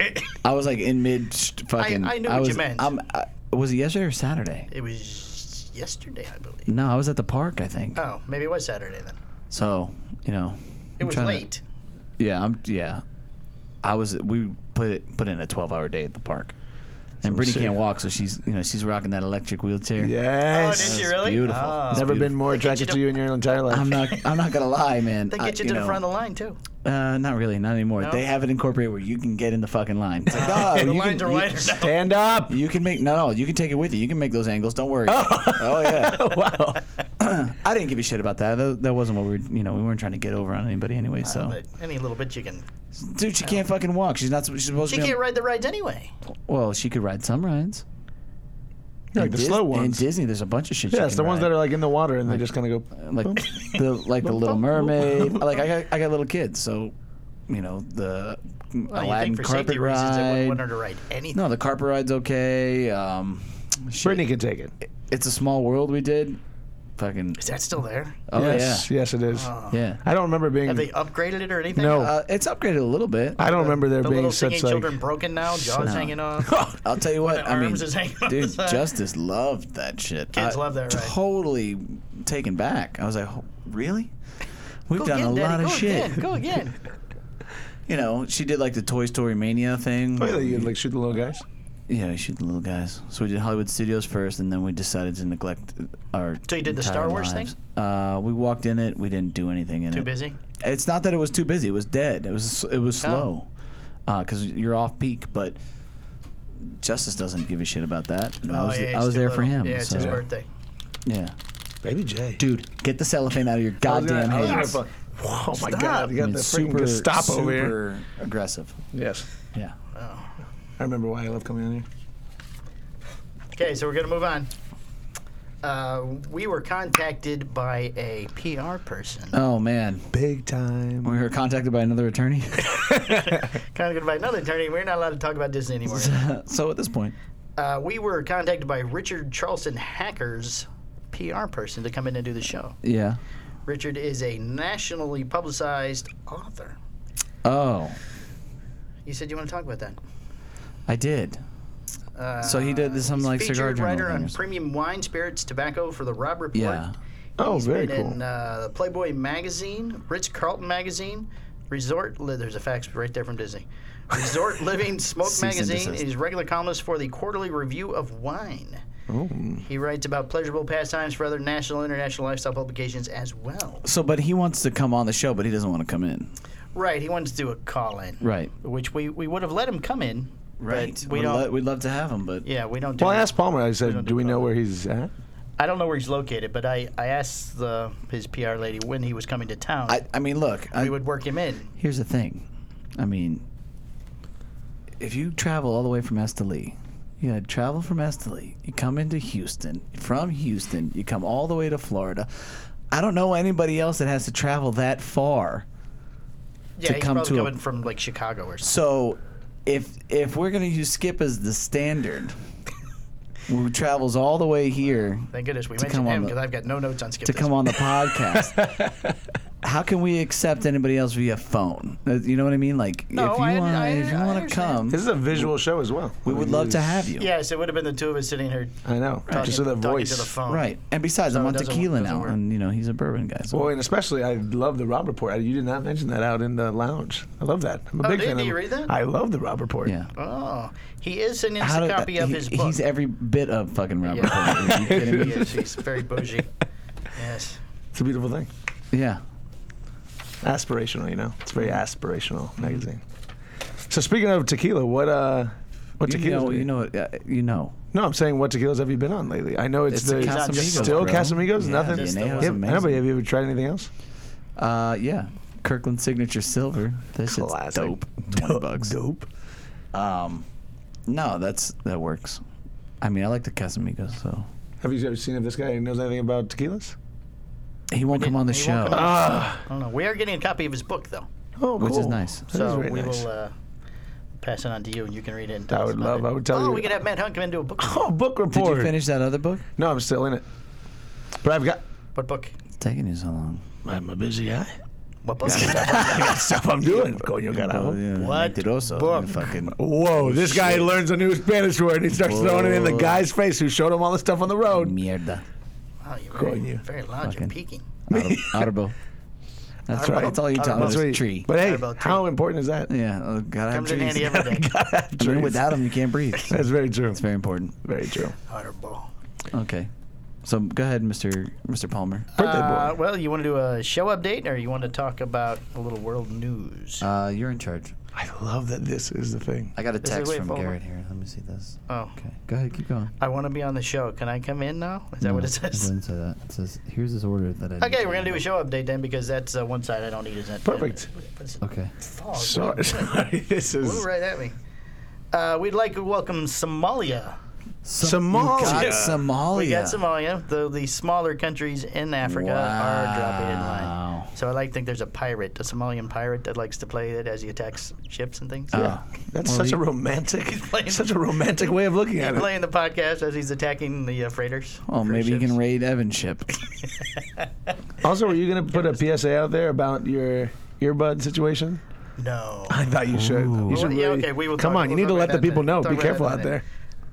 [SPEAKER 5] I was like in mid sh- fucking.
[SPEAKER 1] I knew what you
[SPEAKER 5] was,
[SPEAKER 1] meant.
[SPEAKER 5] I'm, I, was it yesterday or Saturday?
[SPEAKER 1] It was yesterday, I believe.
[SPEAKER 5] No, I was at the park, I think.
[SPEAKER 1] Oh, maybe it was Saturday then.
[SPEAKER 5] So, you know.
[SPEAKER 1] It was late.
[SPEAKER 5] Yeah, I'm. Yeah, I was. We put put in a twelve hour day at the park, and Brittany
[SPEAKER 4] sick.
[SPEAKER 5] can't walk, so she's you know she's rocking that electric wheelchair.
[SPEAKER 1] Oh,
[SPEAKER 4] Yes.
[SPEAKER 1] did
[SPEAKER 5] It's
[SPEAKER 1] she really?
[SPEAKER 5] beautiful.
[SPEAKER 1] Oh.
[SPEAKER 5] It's
[SPEAKER 4] Never been
[SPEAKER 5] beautiful.
[SPEAKER 4] more attracted
[SPEAKER 1] you
[SPEAKER 4] to
[SPEAKER 1] to-
[SPEAKER 4] you in your entire life.
[SPEAKER 5] I'm not. I'm not gonna lie, man.
[SPEAKER 1] They
[SPEAKER 5] I-
[SPEAKER 1] get you, to the
[SPEAKER 5] know,
[SPEAKER 1] front of the line too.
[SPEAKER 5] Uh, not really. Not anymore.
[SPEAKER 1] No?
[SPEAKER 5] They have it incorporated where you can get in the fucking line. It's like, oh,
[SPEAKER 1] the
[SPEAKER 5] you
[SPEAKER 1] lines
[SPEAKER 5] can,
[SPEAKER 1] are
[SPEAKER 5] you-
[SPEAKER 1] wider now.
[SPEAKER 4] Stand up.
[SPEAKER 5] You can make no, no. You can take it with you. You can make those angles. Don't worry. Oh, yeah.
[SPEAKER 4] wow.
[SPEAKER 5] I didn't give a shit about that. that. That wasn't what we were. You know, we weren't trying to get over on anybody anyway. So,
[SPEAKER 1] But any little bit you can.
[SPEAKER 5] dude, she can't fucking walk. She's not. She's supposed
[SPEAKER 1] She
[SPEAKER 5] to. be
[SPEAKER 1] can't
[SPEAKER 5] on-
[SPEAKER 1] ride the rides anyway.
[SPEAKER 5] well, she could ride some rides.
[SPEAKER 4] Like
[SPEAKER 5] In
[SPEAKER 4] the
[SPEAKER 5] Dis-
[SPEAKER 4] slow
[SPEAKER 5] In
[SPEAKER 4] ones.
[SPEAKER 5] Disney, there's a bunch of shit. you
[SPEAKER 4] Yeah, it's
[SPEAKER 5] can
[SPEAKER 4] the ones
[SPEAKER 5] ride. Oh,
[SPEAKER 4] that are like in the water and they're just gonna go.
[SPEAKER 5] like
[SPEAKER 4] boom.
[SPEAKER 5] the like the Little
[SPEAKER 4] boop, boop.
[SPEAKER 5] Mermaid. like I got I got little kids, so you know the
[SPEAKER 1] Well, you
[SPEAKER 5] Aladdin
[SPEAKER 1] think for
[SPEAKER 5] carpet
[SPEAKER 1] safety reasons they
[SPEAKER 5] ride.
[SPEAKER 1] wouldn't want her to ride anything.
[SPEAKER 5] no, the carpet ride's okay. Um, shit.
[SPEAKER 4] Brittany can take it.
[SPEAKER 5] it's a small world. We did fucking.
[SPEAKER 1] Is that still there?
[SPEAKER 5] Oh
[SPEAKER 4] yes, yes, it is.
[SPEAKER 1] Oh.
[SPEAKER 5] yeah, yeah.
[SPEAKER 4] I don't remember being.
[SPEAKER 1] Have they upgraded it or anything?
[SPEAKER 4] No.
[SPEAKER 5] Uh, it's upgraded a little bit.
[SPEAKER 4] I don't remember there
[SPEAKER 1] the
[SPEAKER 4] being
[SPEAKER 1] little
[SPEAKER 4] such
[SPEAKER 1] singing
[SPEAKER 4] like.
[SPEAKER 1] children broken now, jaws
[SPEAKER 5] No.
[SPEAKER 1] hanging off.
[SPEAKER 5] I'll tell you what.
[SPEAKER 1] the
[SPEAKER 5] I mean,
[SPEAKER 1] arms is hanging off
[SPEAKER 5] dude,
[SPEAKER 1] the side.
[SPEAKER 5] Justice loved that shit.
[SPEAKER 1] Kids
[SPEAKER 5] I-
[SPEAKER 1] love that ride.
[SPEAKER 5] Totally taken back. I was like, "Oh, really? We've
[SPEAKER 1] Go
[SPEAKER 5] done
[SPEAKER 1] again,
[SPEAKER 5] a lot
[SPEAKER 1] Daddy,
[SPEAKER 5] of
[SPEAKER 1] go
[SPEAKER 5] shit.
[SPEAKER 1] Again, go again.
[SPEAKER 5] You know, she did like the Toy Story Mania thing.
[SPEAKER 4] Oh, yeah, you like shoot the little guys.
[SPEAKER 5] Yeah, we shoot the little guys. So we did Hollywood Studios first, and then we decided to neglect our.
[SPEAKER 1] So you did the
[SPEAKER 5] entire
[SPEAKER 1] Star Wars
[SPEAKER 5] lives. Uh, we walked in it. We didn't do anything in it.
[SPEAKER 1] Too busy.
[SPEAKER 5] It's not that it was too busy. It was dead. It was it was slow, because you're off peak. But Justice doesn't give a shit about that. And I was,
[SPEAKER 1] Oh, yeah,
[SPEAKER 5] I
[SPEAKER 1] he's
[SPEAKER 5] was
[SPEAKER 1] still
[SPEAKER 5] there for
[SPEAKER 1] little.
[SPEAKER 5] him.
[SPEAKER 1] Yeah, it's
[SPEAKER 5] so-
[SPEAKER 1] his birthday.
[SPEAKER 5] Yeah,
[SPEAKER 4] Baby J.
[SPEAKER 5] dude, get the cellophane out of your goddamn
[SPEAKER 4] I was gonna- I was
[SPEAKER 5] hands.
[SPEAKER 4] gonna- Oh
[SPEAKER 1] Stop.
[SPEAKER 4] my god, you got
[SPEAKER 5] I mean,
[SPEAKER 4] the freaking
[SPEAKER 5] super
[SPEAKER 4] Gestapo
[SPEAKER 5] super
[SPEAKER 4] over here.
[SPEAKER 5] aggressive.
[SPEAKER 4] Yes,
[SPEAKER 5] Yeah.
[SPEAKER 4] I remember why I love coming in here.
[SPEAKER 1] Okay, so we're gonna move on. Uh, we were contacted by a PR person.
[SPEAKER 5] Oh man,
[SPEAKER 4] Big time.
[SPEAKER 5] we were contacted by another attorney.
[SPEAKER 1] Kind of good by another attorney. We're not allowed to talk about Disney anymore.
[SPEAKER 5] so at this point,
[SPEAKER 1] Uh, we were contacted by Richard Charleston Hackers. PR person to come in and do the show.
[SPEAKER 5] yeah.
[SPEAKER 1] Richard is a nationally publicized author.
[SPEAKER 5] Oh,
[SPEAKER 1] You said you want to talk about that.
[SPEAKER 5] I did.
[SPEAKER 1] Uh,
[SPEAKER 5] So he did this- some,
[SPEAKER 1] he's
[SPEAKER 5] like, cigar
[SPEAKER 1] featured
[SPEAKER 5] journal
[SPEAKER 1] writer
[SPEAKER 5] thing or
[SPEAKER 1] on
[SPEAKER 5] something.
[SPEAKER 1] premium wine, spirits, tobacco for the Rob Report.
[SPEAKER 5] Yeah.
[SPEAKER 4] Oh,
[SPEAKER 1] He's
[SPEAKER 4] very
[SPEAKER 1] been
[SPEAKER 4] cool.
[SPEAKER 1] in uh, Playboy magazine, Ritz Carlton magazine, Resort. Li- There's a fax right there from Disney. Resort Living Smoke
[SPEAKER 5] Cease and
[SPEAKER 1] magazine.
[SPEAKER 5] desist.
[SPEAKER 1] He's regular columnist for the Quarterly Review of Wine. He writes about pleasurable pastimes for other national and international lifestyle publications as well.
[SPEAKER 5] So, but he wants to come on the show, but he doesn't want to come in.
[SPEAKER 1] Right, he wanted to do a call in,
[SPEAKER 5] Right.
[SPEAKER 1] which we, we would have let him come in,
[SPEAKER 5] Right.
[SPEAKER 1] we
[SPEAKER 5] We'd
[SPEAKER 1] don't-
[SPEAKER 5] lo- we'd love to have him, but
[SPEAKER 1] Yeah, we don't do.
[SPEAKER 4] Well, I asked Palmer. I
[SPEAKER 1] don't
[SPEAKER 4] said,
[SPEAKER 1] do
[SPEAKER 4] "Do we know
[SPEAKER 1] Palmer.
[SPEAKER 4] where he's at?"
[SPEAKER 1] I don't know where he's located, but I, I asked the his PR lady when he was coming to town.
[SPEAKER 5] I, I mean, look, I,
[SPEAKER 1] we would work him in.
[SPEAKER 5] here's the thing. I mean, if you travel all the way from Esteli, you gotta travel from Esteli, you come into Houston, from Houston, you come all the way to Florida. I don't know anybody else that has to travel that far.
[SPEAKER 1] Yeah,
[SPEAKER 5] to
[SPEAKER 1] he's
[SPEAKER 5] come
[SPEAKER 1] probably
[SPEAKER 5] to a-
[SPEAKER 1] coming from like Chicago or something.
[SPEAKER 5] So, if if we're gonna use Skip as the standard, who travels all the way here
[SPEAKER 1] Thank goodness we
[SPEAKER 5] come
[SPEAKER 1] mentioned
[SPEAKER 5] on
[SPEAKER 1] him
[SPEAKER 5] the-
[SPEAKER 1] because I've got no notes on Skip.
[SPEAKER 5] to
[SPEAKER 1] this
[SPEAKER 5] come
[SPEAKER 1] week.
[SPEAKER 5] on the podcast. How can we accept anybody else via phone? Uh, You know what I mean? Like,
[SPEAKER 1] No,
[SPEAKER 5] if you
[SPEAKER 1] I un-
[SPEAKER 5] wanna-
[SPEAKER 1] I-
[SPEAKER 5] if you
[SPEAKER 1] I
[SPEAKER 5] want to
[SPEAKER 1] understand.
[SPEAKER 5] come,
[SPEAKER 4] This is a visual show as well.
[SPEAKER 5] we would love to have you.
[SPEAKER 1] Yes, it would have been the two of us sitting here
[SPEAKER 4] I know.
[SPEAKER 1] talking,
[SPEAKER 4] Just with a
[SPEAKER 1] talking
[SPEAKER 4] voice.
[SPEAKER 1] to the phone.
[SPEAKER 5] Right. And besides,
[SPEAKER 1] Oh. So
[SPEAKER 5] I'm
[SPEAKER 1] it
[SPEAKER 5] on
[SPEAKER 1] doesn't-
[SPEAKER 5] tequila
[SPEAKER 1] doesn't
[SPEAKER 5] now,
[SPEAKER 1] work.
[SPEAKER 5] and you know he's a bourbon guy. So
[SPEAKER 4] Well, and especially, I love the Rob Report. You did not mention that out in the lounge. I love that. I'm a
[SPEAKER 1] Oh,
[SPEAKER 4] big
[SPEAKER 1] did-
[SPEAKER 4] fan.
[SPEAKER 1] did
[SPEAKER 4] of-
[SPEAKER 1] you read that?
[SPEAKER 4] I love the Rob Report.
[SPEAKER 5] yeah.
[SPEAKER 1] Oh, he is sending us a
[SPEAKER 5] did-
[SPEAKER 1] copy of
[SPEAKER 5] he-
[SPEAKER 1] his book.
[SPEAKER 5] He's every bit of fucking Robert.
[SPEAKER 1] Yeah.
[SPEAKER 5] Palmer. Are you kidding
[SPEAKER 1] he
[SPEAKER 5] me?
[SPEAKER 1] is. He's very bougie. Yes.
[SPEAKER 4] It's a beautiful thing.
[SPEAKER 5] Yeah.
[SPEAKER 4] Aspirational, you know. It's a very aspirational magazine. So speaking of tequila, what uh, what
[SPEAKER 5] You
[SPEAKER 4] tequila?
[SPEAKER 5] know, you know, uh, you know.
[SPEAKER 4] No, I'm saying what tequilas have you been on lately? I know it's,
[SPEAKER 5] It's the
[SPEAKER 4] the
[SPEAKER 1] not just
[SPEAKER 5] Casamigos.
[SPEAKER 4] still
[SPEAKER 5] bro.
[SPEAKER 4] Casamigos.
[SPEAKER 5] Yeah,
[SPEAKER 4] Nothing.
[SPEAKER 5] the
[SPEAKER 1] Just the
[SPEAKER 5] Añejo's
[SPEAKER 1] one.
[SPEAKER 4] Have-
[SPEAKER 5] amazing.
[SPEAKER 4] anybody, have you ever tried anything else?
[SPEAKER 5] Uh, yeah. Kirkland Signature Silver. This shit's
[SPEAKER 4] Classic.
[SPEAKER 5] dope. Twenty bucks.
[SPEAKER 4] Dope.
[SPEAKER 5] Um, no, that's that works. I mean, I like the Casamigos, so
[SPEAKER 4] Have you ever seen if this guy knows anything about tequilas?
[SPEAKER 5] he won't come on the
[SPEAKER 1] He won't
[SPEAKER 5] show,
[SPEAKER 1] come on the show. I don't know. We are getting a copy of his book though,
[SPEAKER 4] Oh, cool.
[SPEAKER 5] Ah. which is nice.
[SPEAKER 4] That is
[SPEAKER 1] so
[SPEAKER 4] very
[SPEAKER 1] we
[SPEAKER 4] nice.
[SPEAKER 1] will uh, pass it on to you, and you can read it. And
[SPEAKER 4] I
[SPEAKER 1] tell us
[SPEAKER 4] would
[SPEAKER 1] about
[SPEAKER 4] love-
[SPEAKER 1] It.
[SPEAKER 4] I would tell
[SPEAKER 1] oh,
[SPEAKER 4] you-
[SPEAKER 1] we could have Matt Hunt come in and do a book.
[SPEAKER 4] Oh, book
[SPEAKER 5] Did
[SPEAKER 4] report.
[SPEAKER 5] you finish that other book?
[SPEAKER 4] No, I'm still in it. But I've got.
[SPEAKER 1] What book?
[SPEAKER 5] It's taking you so long.
[SPEAKER 4] I'm a busy guy.
[SPEAKER 1] What book? Oh,
[SPEAKER 4] Stuff I'm doing. Coño
[SPEAKER 5] Oh,
[SPEAKER 4] carajo.
[SPEAKER 5] yeah,
[SPEAKER 1] What
[SPEAKER 5] mentiroso.
[SPEAKER 1] book?
[SPEAKER 5] Fucking
[SPEAKER 4] Whoa, this guy learns a new Spanish word and he starts throwing it in the
[SPEAKER 5] Whoa.
[SPEAKER 4] guy's face who showed him all the stuff on the road.
[SPEAKER 5] mierda.
[SPEAKER 1] oh, you're very,
[SPEAKER 4] Coño.
[SPEAKER 1] very loud. You're
[SPEAKER 5] Fucking-
[SPEAKER 1] peeking.
[SPEAKER 5] Arbo. That's
[SPEAKER 1] Arbo.
[SPEAKER 5] right. That's all you talk about.
[SPEAKER 4] what
[SPEAKER 5] is
[SPEAKER 4] he-
[SPEAKER 5] Tree.
[SPEAKER 4] But hey,
[SPEAKER 1] Sorry about
[SPEAKER 4] how important is that?
[SPEAKER 5] yeah, oh, gotta have
[SPEAKER 1] Comes in
[SPEAKER 5] trees.
[SPEAKER 1] handy every day.
[SPEAKER 5] I mean, without them, you can't breathe. So
[SPEAKER 4] That's very true.
[SPEAKER 5] it's very important.
[SPEAKER 4] Very true.
[SPEAKER 1] Butterball.
[SPEAKER 5] Okay, so go ahead, Mr. Mr. Palmer.
[SPEAKER 4] Birthday
[SPEAKER 1] Uh,
[SPEAKER 4] boy.
[SPEAKER 1] well, you want to do a show update, or you want to talk about a little world news?
[SPEAKER 5] Uh, you're in charge.
[SPEAKER 4] I love that this is the thing.
[SPEAKER 5] I got a
[SPEAKER 1] This is
[SPEAKER 5] text
[SPEAKER 1] way
[SPEAKER 5] from
[SPEAKER 1] forward.
[SPEAKER 5] Garrett here. Let me see this.
[SPEAKER 1] oh,
[SPEAKER 5] Okay, go ahead. Keep going.
[SPEAKER 1] I want to be on the show. Can I come in now? Is that what it says?
[SPEAKER 5] Didn't say that. It says here's his order that I.
[SPEAKER 1] Okay, we're gonna do a show update then because that's uh, one side I don't need. Is that
[SPEAKER 4] Perfect.
[SPEAKER 5] Okay.
[SPEAKER 1] Oh,
[SPEAKER 4] Sorry, sorry. This
[SPEAKER 1] blew
[SPEAKER 4] is.
[SPEAKER 1] right at me. Uh, we'd like to welcome Somalia.
[SPEAKER 4] Somalia.
[SPEAKER 5] You got Somalia.
[SPEAKER 1] We got Somalia, though the smaller countries in Africa are dropping in line.
[SPEAKER 5] Wow.
[SPEAKER 1] So I like to think there's a pirate, a Somalian pirate that likes to play it as he attacks ships and things.
[SPEAKER 5] Yeah.
[SPEAKER 4] That's
[SPEAKER 5] Well,
[SPEAKER 4] such a
[SPEAKER 5] he-
[SPEAKER 4] romantic,
[SPEAKER 1] playing-
[SPEAKER 4] such a romantic way of looking at it.
[SPEAKER 1] Playing the podcast as he's attacking the uh, freighters.
[SPEAKER 5] Well,
[SPEAKER 1] freight
[SPEAKER 5] Oh, maybe you
[SPEAKER 1] ships.
[SPEAKER 5] can raid Evan's ship.
[SPEAKER 4] Also, were you gonna put a PSA out there about your earbud situation?
[SPEAKER 1] No.
[SPEAKER 4] I thought you should. You should
[SPEAKER 1] Well, yeah,
[SPEAKER 4] really-
[SPEAKER 1] okay, we will
[SPEAKER 4] come
[SPEAKER 1] talk-
[SPEAKER 4] on, you
[SPEAKER 1] we'll
[SPEAKER 4] need to
[SPEAKER 1] talk
[SPEAKER 4] let
[SPEAKER 1] about
[SPEAKER 4] the
[SPEAKER 1] that
[SPEAKER 4] people
[SPEAKER 1] then.
[SPEAKER 4] know.
[SPEAKER 1] Talk
[SPEAKER 4] Be
[SPEAKER 1] about
[SPEAKER 4] careful
[SPEAKER 1] that
[SPEAKER 4] out
[SPEAKER 1] then.
[SPEAKER 4] there.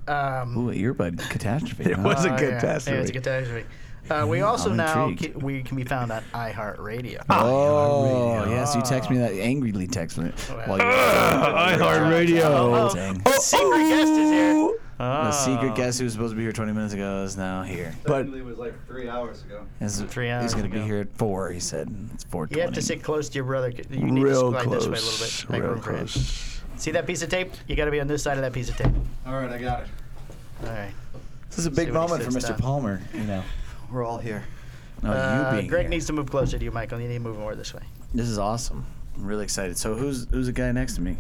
[SPEAKER 1] Um,
[SPEAKER 5] Ooh, earbud catastrophe.
[SPEAKER 4] It
[SPEAKER 5] huh?
[SPEAKER 4] was a
[SPEAKER 1] oh, yeah, Yeah, it's
[SPEAKER 4] catastrophe.
[SPEAKER 1] a catastrophe. Uh, we
[SPEAKER 5] Yeah,
[SPEAKER 1] also
[SPEAKER 5] Mm, I'm
[SPEAKER 1] now
[SPEAKER 5] intrigued.
[SPEAKER 1] ca- we can be found on iHeartRadio.
[SPEAKER 5] Oh, yes. You text
[SPEAKER 1] Ah.
[SPEAKER 5] me that angrily text me while you're
[SPEAKER 4] I Heart
[SPEAKER 1] Oh,
[SPEAKER 4] Radio.
[SPEAKER 5] dang. Oh,
[SPEAKER 1] oh, secret guest is here.
[SPEAKER 5] The
[SPEAKER 1] Oh.
[SPEAKER 5] secret guest who was supposed to be here 20 minutes ago is now here.
[SPEAKER 4] But
[SPEAKER 2] Technically, it was like three hours ago.
[SPEAKER 5] He's,
[SPEAKER 1] Three hours
[SPEAKER 5] he's going to be
[SPEAKER 1] ago.
[SPEAKER 5] here at 4, he said. It's 4
[SPEAKER 1] You have to sit close to your brother. You need to
[SPEAKER 4] real
[SPEAKER 1] slide this
[SPEAKER 4] close,
[SPEAKER 1] way a little bit. Make
[SPEAKER 4] real
[SPEAKER 1] room for him.
[SPEAKER 4] close.
[SPEAKER 1] See that piece of tape? You got to be on this side of that piece of tape.
[SPEAKER 2] All right, I got it.
[SPEAKER 1] All right.
[SPEAKER 5] This is a
[SPEAKER 1] see
[SPEAKER 5] big
[SPEAKER 1] what he
[SPEAKER 5] moment for
[SPEAKER 1] sits
[SPEAKER 5] Mr.
[SPEAKER 1] down.
[SPEAKER 5] Palmer, you know.
[SPEAKER 2] We're all here.
[SPEAKER 5] No,
[SPEAKER 1] Uh,
[SPEAKER 5] you being
[SPEAKER 1] Greg
[SPEAKER 5] here.
[SPEAKER 1] needs to move closer to you, Michael. You need to move more this way.
[SPEAKER 5] This is awesome. I'm really excited. So who's who's the guy next to me?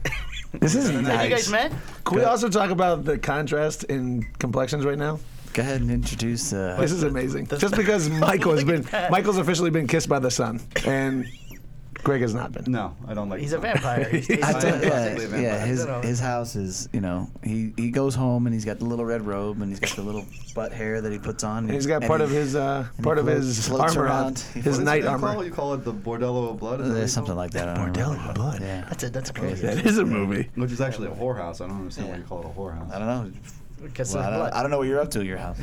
[SPEAKER 4] this is
[SPEAKER 1] Have you guys
[SPEAKER 4] nice.
[SPEAKER 1] met?
[SPEAKER 4] Can we also talk about the contrast in complexions right now?
[SPEAKER 5] Go ahead and introduce. Uh,
[SPEAKER 4] This is amazing. Just because Michael has been Michael's officially been kissed by the sun, and Greg has not been.
[SPEAKER 2] No, I don't like.
[SPEAKER 1] He's a vampire. He's, he's,
[SPEAKER 5] I don't-
[SPEAKER 2] I
[SPEAKER 5] yeah,
[SPEAKER 2] basically
[SPEAKER 5] yeah,
[SPEAKER 2] vampire.
[SPEAKER 5] his
[SPEAKER 1] You know.
[SPEAKER 5] his house is you know he, he goes home and he's got the little red robe and he's got the little butt hair that he puts on.
[SPEAKER 4] And he's got part
[SPEAKER 5] he-
[SPEAKER 4] of his uh,
[SPEAKER 5] he
[SPEAKER 4] part of
[SPEAKER 5] float-
[SPEAKER 4] his
[SPEAKER 5] floats
[SPEAKER 4] armor on,
[SPEAKER 5] around. He
[SPEAKER 4] his
[SPEAKER 5] floats
[SPEAKER 4] knight
[SPEAKER 2] Call,
[SPEAKER 4] armor.
[SPEAKER 2] it? you call it the Bordello of Blood. Is that what
[SPEAKER 5] uh,
[SPEAKER 2] you
[SPEAKER 5] something
[SPEAKER 2] call it?
[SPEAKER 5] like that. I don't know.
[SPEAKER 4] of Blood.
[SPEAKER 5] Yeah,
[SPEAKER 1] that's a, that's crazy.
[SPEAKER 4] That is a movie.
[SPEAKER 2] Which is actually a whorehouse. I don't understand why you call it a
[SPEAKER 5] I
[SPEAKER 2] whorehouse.
[SPEAKER 5] don't know.
[SPEAKER 1] Because
[SPEAKER 5] Well, I,
[SPEAKER 1] of
[SPEAKER 5] don't,
[SPEAKER 1] blood.
[SPEAKER 5] I don't know what you're up to at your house.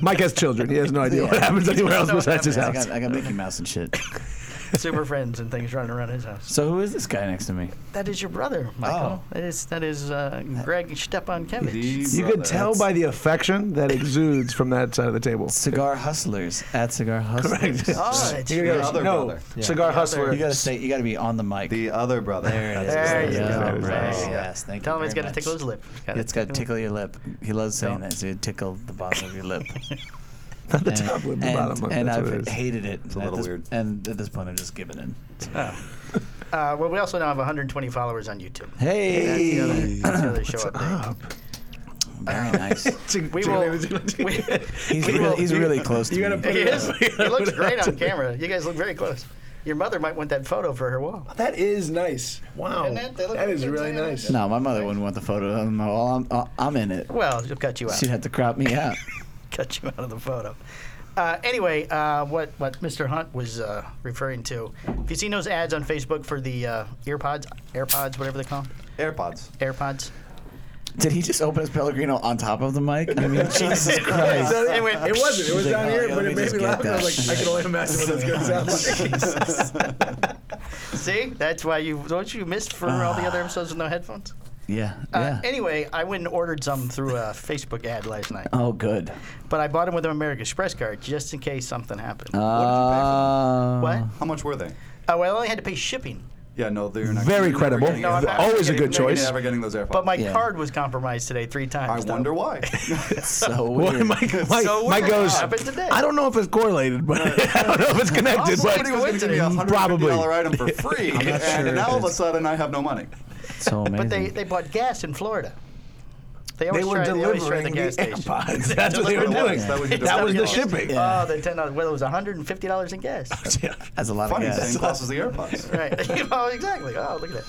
[SPEAKER 4] Mike has children. He has no idea what
[SPEAKER 5] Yeah.
[SPEAKER 4] happens anywhere else
[SPEAKER 1] No,
[SPEAKER 4] besides his
[SPEAKER 5] I
[SPEAKER 4] house.
[SPEAKER 5] got I got Mickey Mouse and shit.
[SPEAKER 1] super friends and things running around his house.
[SPEAKER 5] So who is this guy next to me?
[SPEAKER 1] That is your brother,
[SPEAKER 5] Oh.
[SPEAKER 1] Michael. That is that is uh, Greg Stepankevich.
[SPEAKER 4] You could tell by the affection that exudes from that side of the table.
[SPEAKER 5] Cigar Hustlers at Cigar Hustlers.
[SPEAKER 1] Oh, it's
[SPEAKER 4] You
[SPEAKER 1] your
[SPEAKER 4] gotta-
[SPEAKER 2] other
[SPEAKER 4] no,
[SPEAKER 2] brother. Yeah.
[SPEAKER 4] cigar hustler.
[SPEAKER 5] You gotta say you gotta be on the mic.
[SPEAKER 2] the other brother.
[SPEAKER 5] there it is.
[SPEAKER 1] There you
[SPEAKER 5] Yeah,
[SPEAKER 1] go.
[SPEAKER 5] bro.
[SPEAKER 1] There you go.
[SPEAKER 5] Yes, thank
[SPEAKER 1] Tell
[SPEAKER 5] you
[SPEAKER 1] him he's
[SPEAKER 5] very
[SPEAKER 1] got to tickle
[SPEAKER 5] much.
[SPEAKER 1] his lip. Gotta
[SPEAKER 5] It's got to
[SPEAKER 1] tickle-
[SPEAKER 5] tickle your lip. He loves saying that. So you tickle the bottom of your lip.
[SPEAKER 4] Not the
[SPEAKER 5] And-
[SPEAKER 4] top lip, the
[SPEAKER 5] and,
[SPEAKER 4] bottom lip.
[SPEAKER 5] And
[SPEAKER 4] That's
[SPEAKER 5] I've
[SPEAKER 4] what it is.
[SPEAKER 5] hated it. It's
[SPEAKER 2] a little weird.
[SPEAKER 5] And at this point, I'm just giving in.
[SPEAKER 1] Uh, well, we also now have 120 followers on YouTube. That's
[SPEAKER 5] Hey,
[SPEAKER 1] the other, that's the other show up there.
[SPEAKER 5] very nice.
[SPEAKER 1] We will. we,
[SPEAKER 5] He's
[SPEAKER 1] We will-
[SPEAKER 5] really, he's
[SPEAKER 1] you-
[SPEAKER 5] really close to
[SPEAKER 4] you
[SPEAKER 5] me.
[SPEAKER 4] gotta put
[SPEAKER 1] he
[SPEAKER 4] it
[SPEAKER 1] is.
[SPEAKER 4] up.
[SPEAKER 1] He looks great on camera. You guys look very close. Your mother might want that photo for her wall.
[SPEAKER 4] That is nice. Wow.
[SPEAKER 1] Isn't it? They look
[SPEAKER 4] That is
[SPEAKER 1] good,
[SPEAKER 4] really
[SPEAKER 1] isn't it?
[SPEAKER 4] nice.
[SPEAKER 5] no, my mother wouldn't want the photo. I'm, well, I'm, I'm in it.
[SPEAKER 1] Well, she'll cut you out.
[SPEAKER 5] She'd have to crop me out.
[SPEAKER 1] cut you out of the photo. Uh, anyway, uh, what what Mr. Hunt was uh, referring to, if you seen those ads on Facebook for the uh, earpods, AirPods, whatever they call 'em,
[SPEAKER 2] AirPods.
[SPEAKER 1] AirPods.
[SPEAKER 5] Did he just open his Pellegrino on top of the mic? I mean, Jesus Christ.
[SPEAKER 1] So anyway,
[SPEAKER 4] It wasn't. It was
[SPEAKER 5] like,
[SPEAKER 4] down
[SPEAKER 5] oh,
[SPEAKER 4] here,
[SPEAKER 5] yeah,
[SPEAKER 4] but
[SPEAKER 5] let
[SPEAKER 4] it
[SPEAKER 5] me
[SPEAKER 4] made
[SPEAKER 5] just
[SPEAKER 4] me
[SPEAKER 5] get
[SPEAKER 4] laugh. and I was
[SPEAKER 5] that.
[SPEAKER 4] like, I can only imagine what this going to sound like.
[SPEAKER 1] see, that's why you don't you missed for all the other episodes with no headphones.
[SPEAKER 5] Yeah,
[SPEAKER 1] Uh,
[SPEAKER 5] yeah.
[SPEAKER 1] Anyway, I went and ordered some through a Facebook ad last night,
[SPEAKER 5] oh, good.
[SPEAKER 1] but I bought them with an American Express card just in case something happened.
[SPEAKER 5] Oh. Uh,
[SPEAKER 1] what?
[SPEAKER 2] How much were they?
[SPEAKER 1] Oh, well, I only had to pay shipping,
[SPEAKER 2] Yeah, no, they're not.
[SPEAKER 4] Very
[SPEAKER 2] you're never
[SPEAKER 4] credible.
[SPEAKER 2] getting
[SPEAKER 1] No, I'm
[SPEAKER 2] those.
[SPEAKER 1] not-
[SPEAKER 4] Always a
[SPEAKER 1] I'm
[SPEAKER 4] good
[SPEAKER 1] not getting
[SPEAKER 2] You're
[SPEAKER 4] choice.
[SPEAKER 2] never getting those AirPods.
[SPEAKER 1] but my
[SPEAKER 5] Yeah.
[SPEAKER 1] card was compromised today three
[SPEAKER 2] I
[SPEAKER 1] times. though.
[SPEAKER 2] wonder why.
[SPEAKER 5] So
[SPEAKER 4] Well,
[SPEAKER 5] weird.
[SPEAKER 4] Mike, Mike,
[SPEAKER 1] So
[SPEAKER 4] Mike
[SPEAKER 1] weird.
[SPEAKER 4] goes.
[SPEAKER 1] What happened today?
[SPEAKER 4] I don't know if it's correlated, but I don't know if it's connected.
[SPEAKER 1] Oh,
[SPEAKER 4] but
[SPEAKER 1] somebody
[SPEAKER 2] Somebody was going to give me a hundred
[SPEAKER 4] Probably.
[SPEAKER 2] dollar item for free,
[SPEAKER 5] I'm not sure
[SPEAKER 2] and
[SPEAKER 5] if
[SPEAKER 2] now all of a
[SPEAKER 5] it's-
[SPEAKER 2] sudden I have no money.
[SPEAKER 5] so amazing.
[SPEAKER 1] But they, they bought gas in Florida. They
[SPEAKER 4] they
[SPEAKER 1] always try,
[SPEAKER 4] were
[SPEAKER 1] they always try
[SPEAKER 4] delivering the,
[SPEAKER 1] the gas station.
[SPEAKER 4] AirPods. That's what they were
[SPEAKER 2] That
[SPEAKER 4] doing.
[SPEAKER 2] was- that was your
[SPEAKER 4] That was the
[SPEAKER 1] delivery.
[SPEAKER 4] shipping.
[SPEAKER 5] Yeah.
[SPEAKER 1] Oh, the ten dollars. Well, it was one hundred and fifty dollars in gas.
[SPEAKER 5] That's a lot
[SPEAKER 2] Funny,
[SPEAKER 5] of
[SPEAKER 2] same
[SPEAKER 5] gas.
[SPEAKER 2] class as the AirPods.
[SPEAKER 1] right. oh, exactly. Oh, look at that.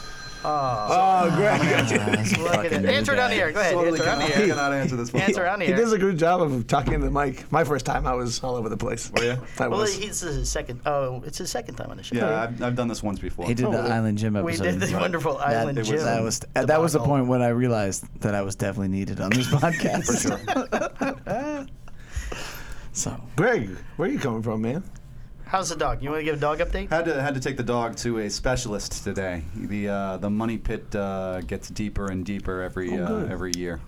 [SPEAKER 4] Oh, Greg.
[SPEAKER 5] That's a
[SPEAKER 1] Look at
[SPEAKER 5] fucking
[SPEAKER 1] that.
[SPEAKER 5] new
[SPEAKER 1] Answer it on the
[SPEAKER 5] guy.
[SPEAKER 1] air. Go ahead.
[SPEAKER 2] Totally
[SPEAKER 1] Answer it on
[SPEAKER 2] cannot,
[SPEAKER 1] the air.
[SPEAKER 2] cannot answer this one.
[SPEAKER 1] Answer it on the
[SPEAKER 4] He
[SPEAKER 1] air.
[SPEAKER 4] does a good job of talking into the mic. My first time, I was all over the place.
[SPEAKER 2] Were you?
[SPEAKER 4] I
[SPEAKER 1] Well,
[SPEAKER 4] was.
[SPEAKER 1] he's his second. Oh, it's his second time on the show.
[SPEAKER 2] Yeah, I've, I've done this once before.
[SPEAKER 5] He did the
[SPEAKER 4] Probably.
[SPEAKER 5] Island Gym
[SPEAKER 1] We
[SPEAKER 5] episode.
[SPEAKER 1] did the wonderful
[SPEAKER 5] That-
[SPEAKER 1] Island
[SPEAKER 2] it was-
[SPEAKER 1] Jim.
[SPEAKER 5] That was that was the
[SPEAKER 1] debacle.
[SPEAKER 5] point when I realized that I was definitely needed on this podcast. For sure. so
[SPEAKER 4] Greg, where are you coming from, man?
[SPEAKER 1] How's the dog? You want to give a dog update?
[SPEAKER 2] Had to had to take the dog to a specialist today. The uh, the money pit uh, gets deeper and deeper every
[SPEAKER 4] Oh,
[SPEAKER 2] uh,
[SPEAKER 4] good.
[SPEAKER 2] every year.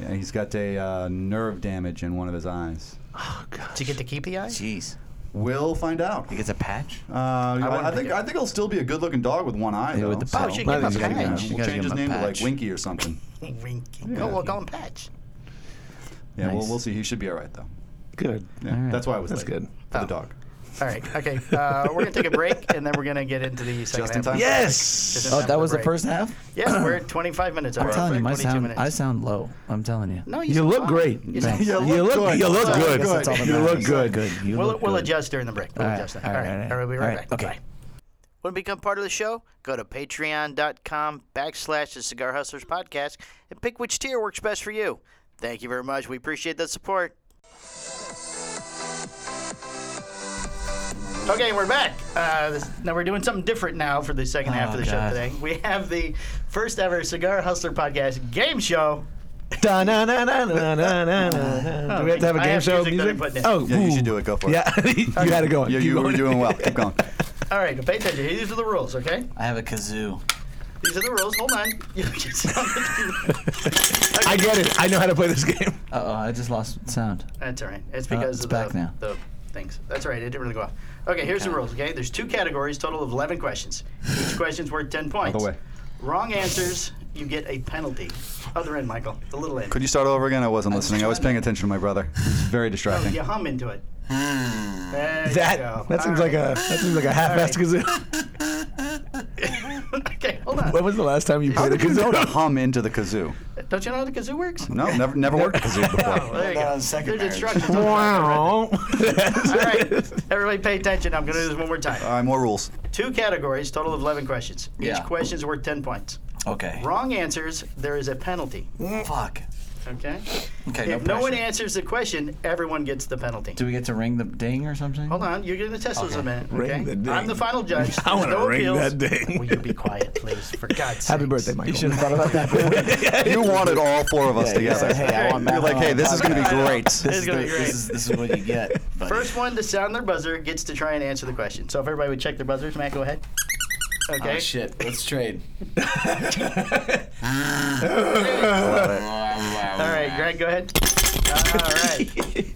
[SPEAKER 2] Yeah, he's got a uh, nerve damage in one of his eyes.
[SPEAKER 4] Oh,
[SPEAKER 1] Did you get to keep the eye?
[SPEAKER 5] jeez,
[SPEAKER 2] We'll find out.
[SPEAKER 5] he gets a patch.
[SPEAKER 2] Uh, I, I
[SPEAKER 1] wouldn't
[SPEAKER 2] think
[SPEAKER 1] think-
[SPEAKER 2] I think he'll still be a good looking dog with one eye
[SPEAKER 5] Yeah,
[SPEAKER 2] though.
[SPEAKER 5] with the
[SPEAKER 2] so-
[SPEAKER 5] patch.
[SPEAKER 1] Oh, she
[SPEAKER 4] Well,
[SPEAKER 1] gave him
[SPEAKER 4] he's
[SPEAKER 1] a
[SPEAKER 4] gonna
[SPEAKER 2] Yeah,
[SPEAKER 4] get
[SPEAKER 1] patch.
[SPEAKER 5] patch. You
[SPEAKER 2] we'll
[SPEAKER 5] gotta
[SPEAKER 2] change
[SPEAKER 5] give
[SPEAKER 2] his
[SPEAKER 5] him a
[SPEAKER 2] name to like
[SPEAKER 5] patch.
[SPEAKER 2] Winky or something.
[SPEAKER 1] Winky.
[SPEAKER 2] Yeah.
[SPEAKER 1] Oh, we'll call him Patch.
[SPEAKER 2] Yeah, we'll,
[SPEAKER 5] Nice.
[SPEAKER 2] we'll see. He should be all right though.
[SPEAKER 4] Good.
[SPEAKER 2] Yeah,
[SPEAKER 5] All right.
[SPEAKER 2] that's why I was
[SPEAKER 4] That's
[SPEAKER 2] late
[SPEAKER 4] good.
[SPEAKER 2] for
[SPEAKER 1] Oh.
[SPEAKER 2] the dog.
[SPEAKER 1] All right. Okay. Uh, we're gonna take a break, and then we're gonna get into the second
[SPEAKER 2] Just in
[SPEAKER 1] half.
[SPEAKER 2] time.
[SPEAKER 4] Yes.
[SPEAKER 5] Oh,
[SPEAKER 1] Have
[SPEAKER 5] that
[SPEAKER 1] a
[SPEAKER 5] was the
[SPEAKER 1] break.
[SPEAKER 5] first half.
[SPEAKER 1] Yes, we're at 25 minutes.
[SPEAKER 5] I'm telling you, my
[SPEAKER 1] 22
[SPEAKER 5] sound
[SPEAKER 1] minutes.
[SPEAKER 5] I sound low. I'm telling you.
[SPEAKER 1] No,
[SPEAKER 4] You
[SPEAKER 1] sound
[SPEAKER 4] look
[SPEAKER 1] fine.
[SPEAKER 4] great.
[SPEAKER 1] You sound
[SPEAKER 5] Thanks. You
[SPEAKER 1] fine.
[SPEAKER 4] You look. You look
[SPEAKER 5] I
[SPEAKER 4] good.
[SPEAKER 5] guess that's all that
[SPEAKER 4] You look
[SPEAKER 5] matters.
[SPEAKER 4] good.
[SPEAKER 5] Good. You
[SPEAKER 1] We'll,
[SPEAKER 5] look
[SPEAKER 1] we'll
[SPEAKER 5] good.
[SPEAKER 1] adjust during the break. We'll
[SPEAKER 5] All right,
[SPEAKER 1] adjust that.
[SPEAKER 5] all
[SPEAKER 1] All
[SPEAKER 5] right,
[SPEAKER 1] right.
[SPEAKER 5] all right.
[SPEAKER 1] All right. We'll be
[SPEAKER 5] All
[SPEAKER 1] right,
[SPEAKER 5] right,
[SPEAKER 1] back.
[SPEAKER 5] okay.
[SPEAKER 1] Bye. Want to become part of the show? Go to patreon.com backslash the Cigar Hustlers podcast and pick which tier works best for you. Thank you very much. We appreciate the support. Okay, we're back. Uh, this, now we're doing something different now for the second half of
[SPEAKER 5] Oh,
[SPEAKER 1] the show
[SPEAKER 5] God.
[SPEAKER 1] today. We have the first ever Cigar Hustler podcast game show.
[SPEAKER 4] Da-na-na-na-na-na-na-na. Do we have to have a
[SPEAKER 1] Oh, I
[SPEAKER 4] game
[SPEAKER 1] have
[SPEAKER 4] show
[SPEAKER 1] music that I'm putting in.
[SPEAKER 4] Oh,
[SPEAKER 2] Yeah, you
[SPEAKER 4] ooh.
[SPEAKER 2] should do it. Go for it.
[SPEAKER 4] Yeah, you had it going.
[SPEAKER 2] Yeah,
[SPEAKER 4] Keep
[SPEAKER 2] you were
[SPEAKER 4] going.
[SPEAKER 2] doing well. Keep going.
[SPEAKER 1] All right, pay attention. These are the rules, okay?
[SPEAKER 5] I have a kazoo.
[SPEAKER 1] These are the rules. Hold on. You just-
[SPEAKER 4] I get it. I know how to play this game.
[SPEAKER 5] Uh oh, I just lost sound.
[SPEAKER 1] That's all right. It's because
[SPEAKER 5] it's
[SPEAKER 1] of
[SPEAKER 5] back
[SPEAKER 1] the,
[SPEAKER 5] now.
[SPEAKER 1] the things. That's all right. It didn't really go off. Okay, here's the rules. Okay, there's two categories, total of 11 questions. Each question's worth 10 points.
[SPEAKER 2] By the way,
[SPEAKER 1] Wrong answers, you get a penalty. Other end, Michael. The little end.
[SPEAKER 2] could you start over again? I wasn't listening. I was paying attention to my brother. He's very distracting.
[SPEAKER 1] you hum into it. There you go.
[SPEAKER 4] That that seems
[SPEAKER 1] All
[SPEAKER 4] like a that seems like a half-assed kazoo.
[SPEAKER 1] right. okay, hold on.
[SPEAKER 4] When was the last time you
[SPEAKER 2] How
[SPEAKER 4] played a
[SPEAKER 2] did you know to
[SPEAKER 4] kazoo?
[SPEAKER 2] hum into the kazoo?
[SPEAKER 1] Don't you know how the kazoo works?
[SPEAKER 2] No, never, never worked a kazoo
[SPEAKER 1] Oh,
[SPEAKER 2] before.
[SPEAKER 1] there you
[SPEAKER 5] That
[SPEAKER 1] go.
[SPEAKER 5] was second
[SPEAKER 1] There's
[SPEAKER 5] marriage.
[SPEAKER 1] instructions. on the back.
[SPEAKER 4] Wow.
[SPEAKER 1] All right, everybody pay attention. I'm going to do this one more time.
[SPEAKER 2] All right, more rules.
[SPEAKER 1] Two categories, total of 11 questions. Each
[SPEAKER 5] Yeah.
[SPEAKER 1] question's worth 10 points.
[SPEAKER 5] Okay.
[SPEAKER 1] Wrong answers, there is a penalty.
[SPEAKER 5] Fuck.
[SPEAKER 1] Okay.
[SPEAKER 5] Okay, no
[SPEAKER 1] If no one
[SPEAKER 5] pressure.
[SPEAKER 1] answers the question, everyone gets the penalty.
[SPEAKER 5] Do we get to ring the ding or something?
[SPEAKER 1] Hold on, you're getting the test in a minute.
[SPEAKER 4] Ring
[SPEAKER 1] Okay?
[SPEAKER 4] the
[SPEAKER 1] I'm
[SPEAKER 4] ding.
[SPEAKER 1] the final judge.
[SPEAKER 4] I
[SPEAKER 1] There's
[SPEAKER 4] want to
[SPEAKER 1] no
[SPEAKER 4] ring
[SPEAKER 1] appeals.
[SPEAKER 4] that ding.
[SPEAKER 1] Will you be quiet, please? For God's sake.
[SPEAKER 4] Happy birthday, Michael.
[SPEAKER 5] have thought about that.
[SPEAKER 2] You wanted all four of us
[SPEAKER 5] Yeah, you
[SPEAKER 2] together.
[SPEAKER 5] said, "Hey, I want
[SPEAKER 2] You're
[SPEAKER 5] Matt
[SPEAKER 2] like,
[SPEAKER 5] on
[SPEAKER 2] hey,
[SPEAKER 5] my
[SPEAKER 2] this is going to be
[SPEAKER 1] podcast." I know.
[SPEAKER 2] great.
[SPEAKER 1] This is gonna
[SPEAKER 5] the-
[SPEAKER 1] be great.
[SPEAKER 5] This is, this is what you get. buddy.
[SPEAKER 1] First one to sound their buzzer gets to try and answer the question. So if everybody would check their buzzers, Matt, go ahead.
[SPEAKER 5] Ah,
[SPEAKER 1] Okay.
[SPEAKER 6] Oh, shit. Let's trade.
[SPEAKER 1] All right, Greg, go ahead. All right.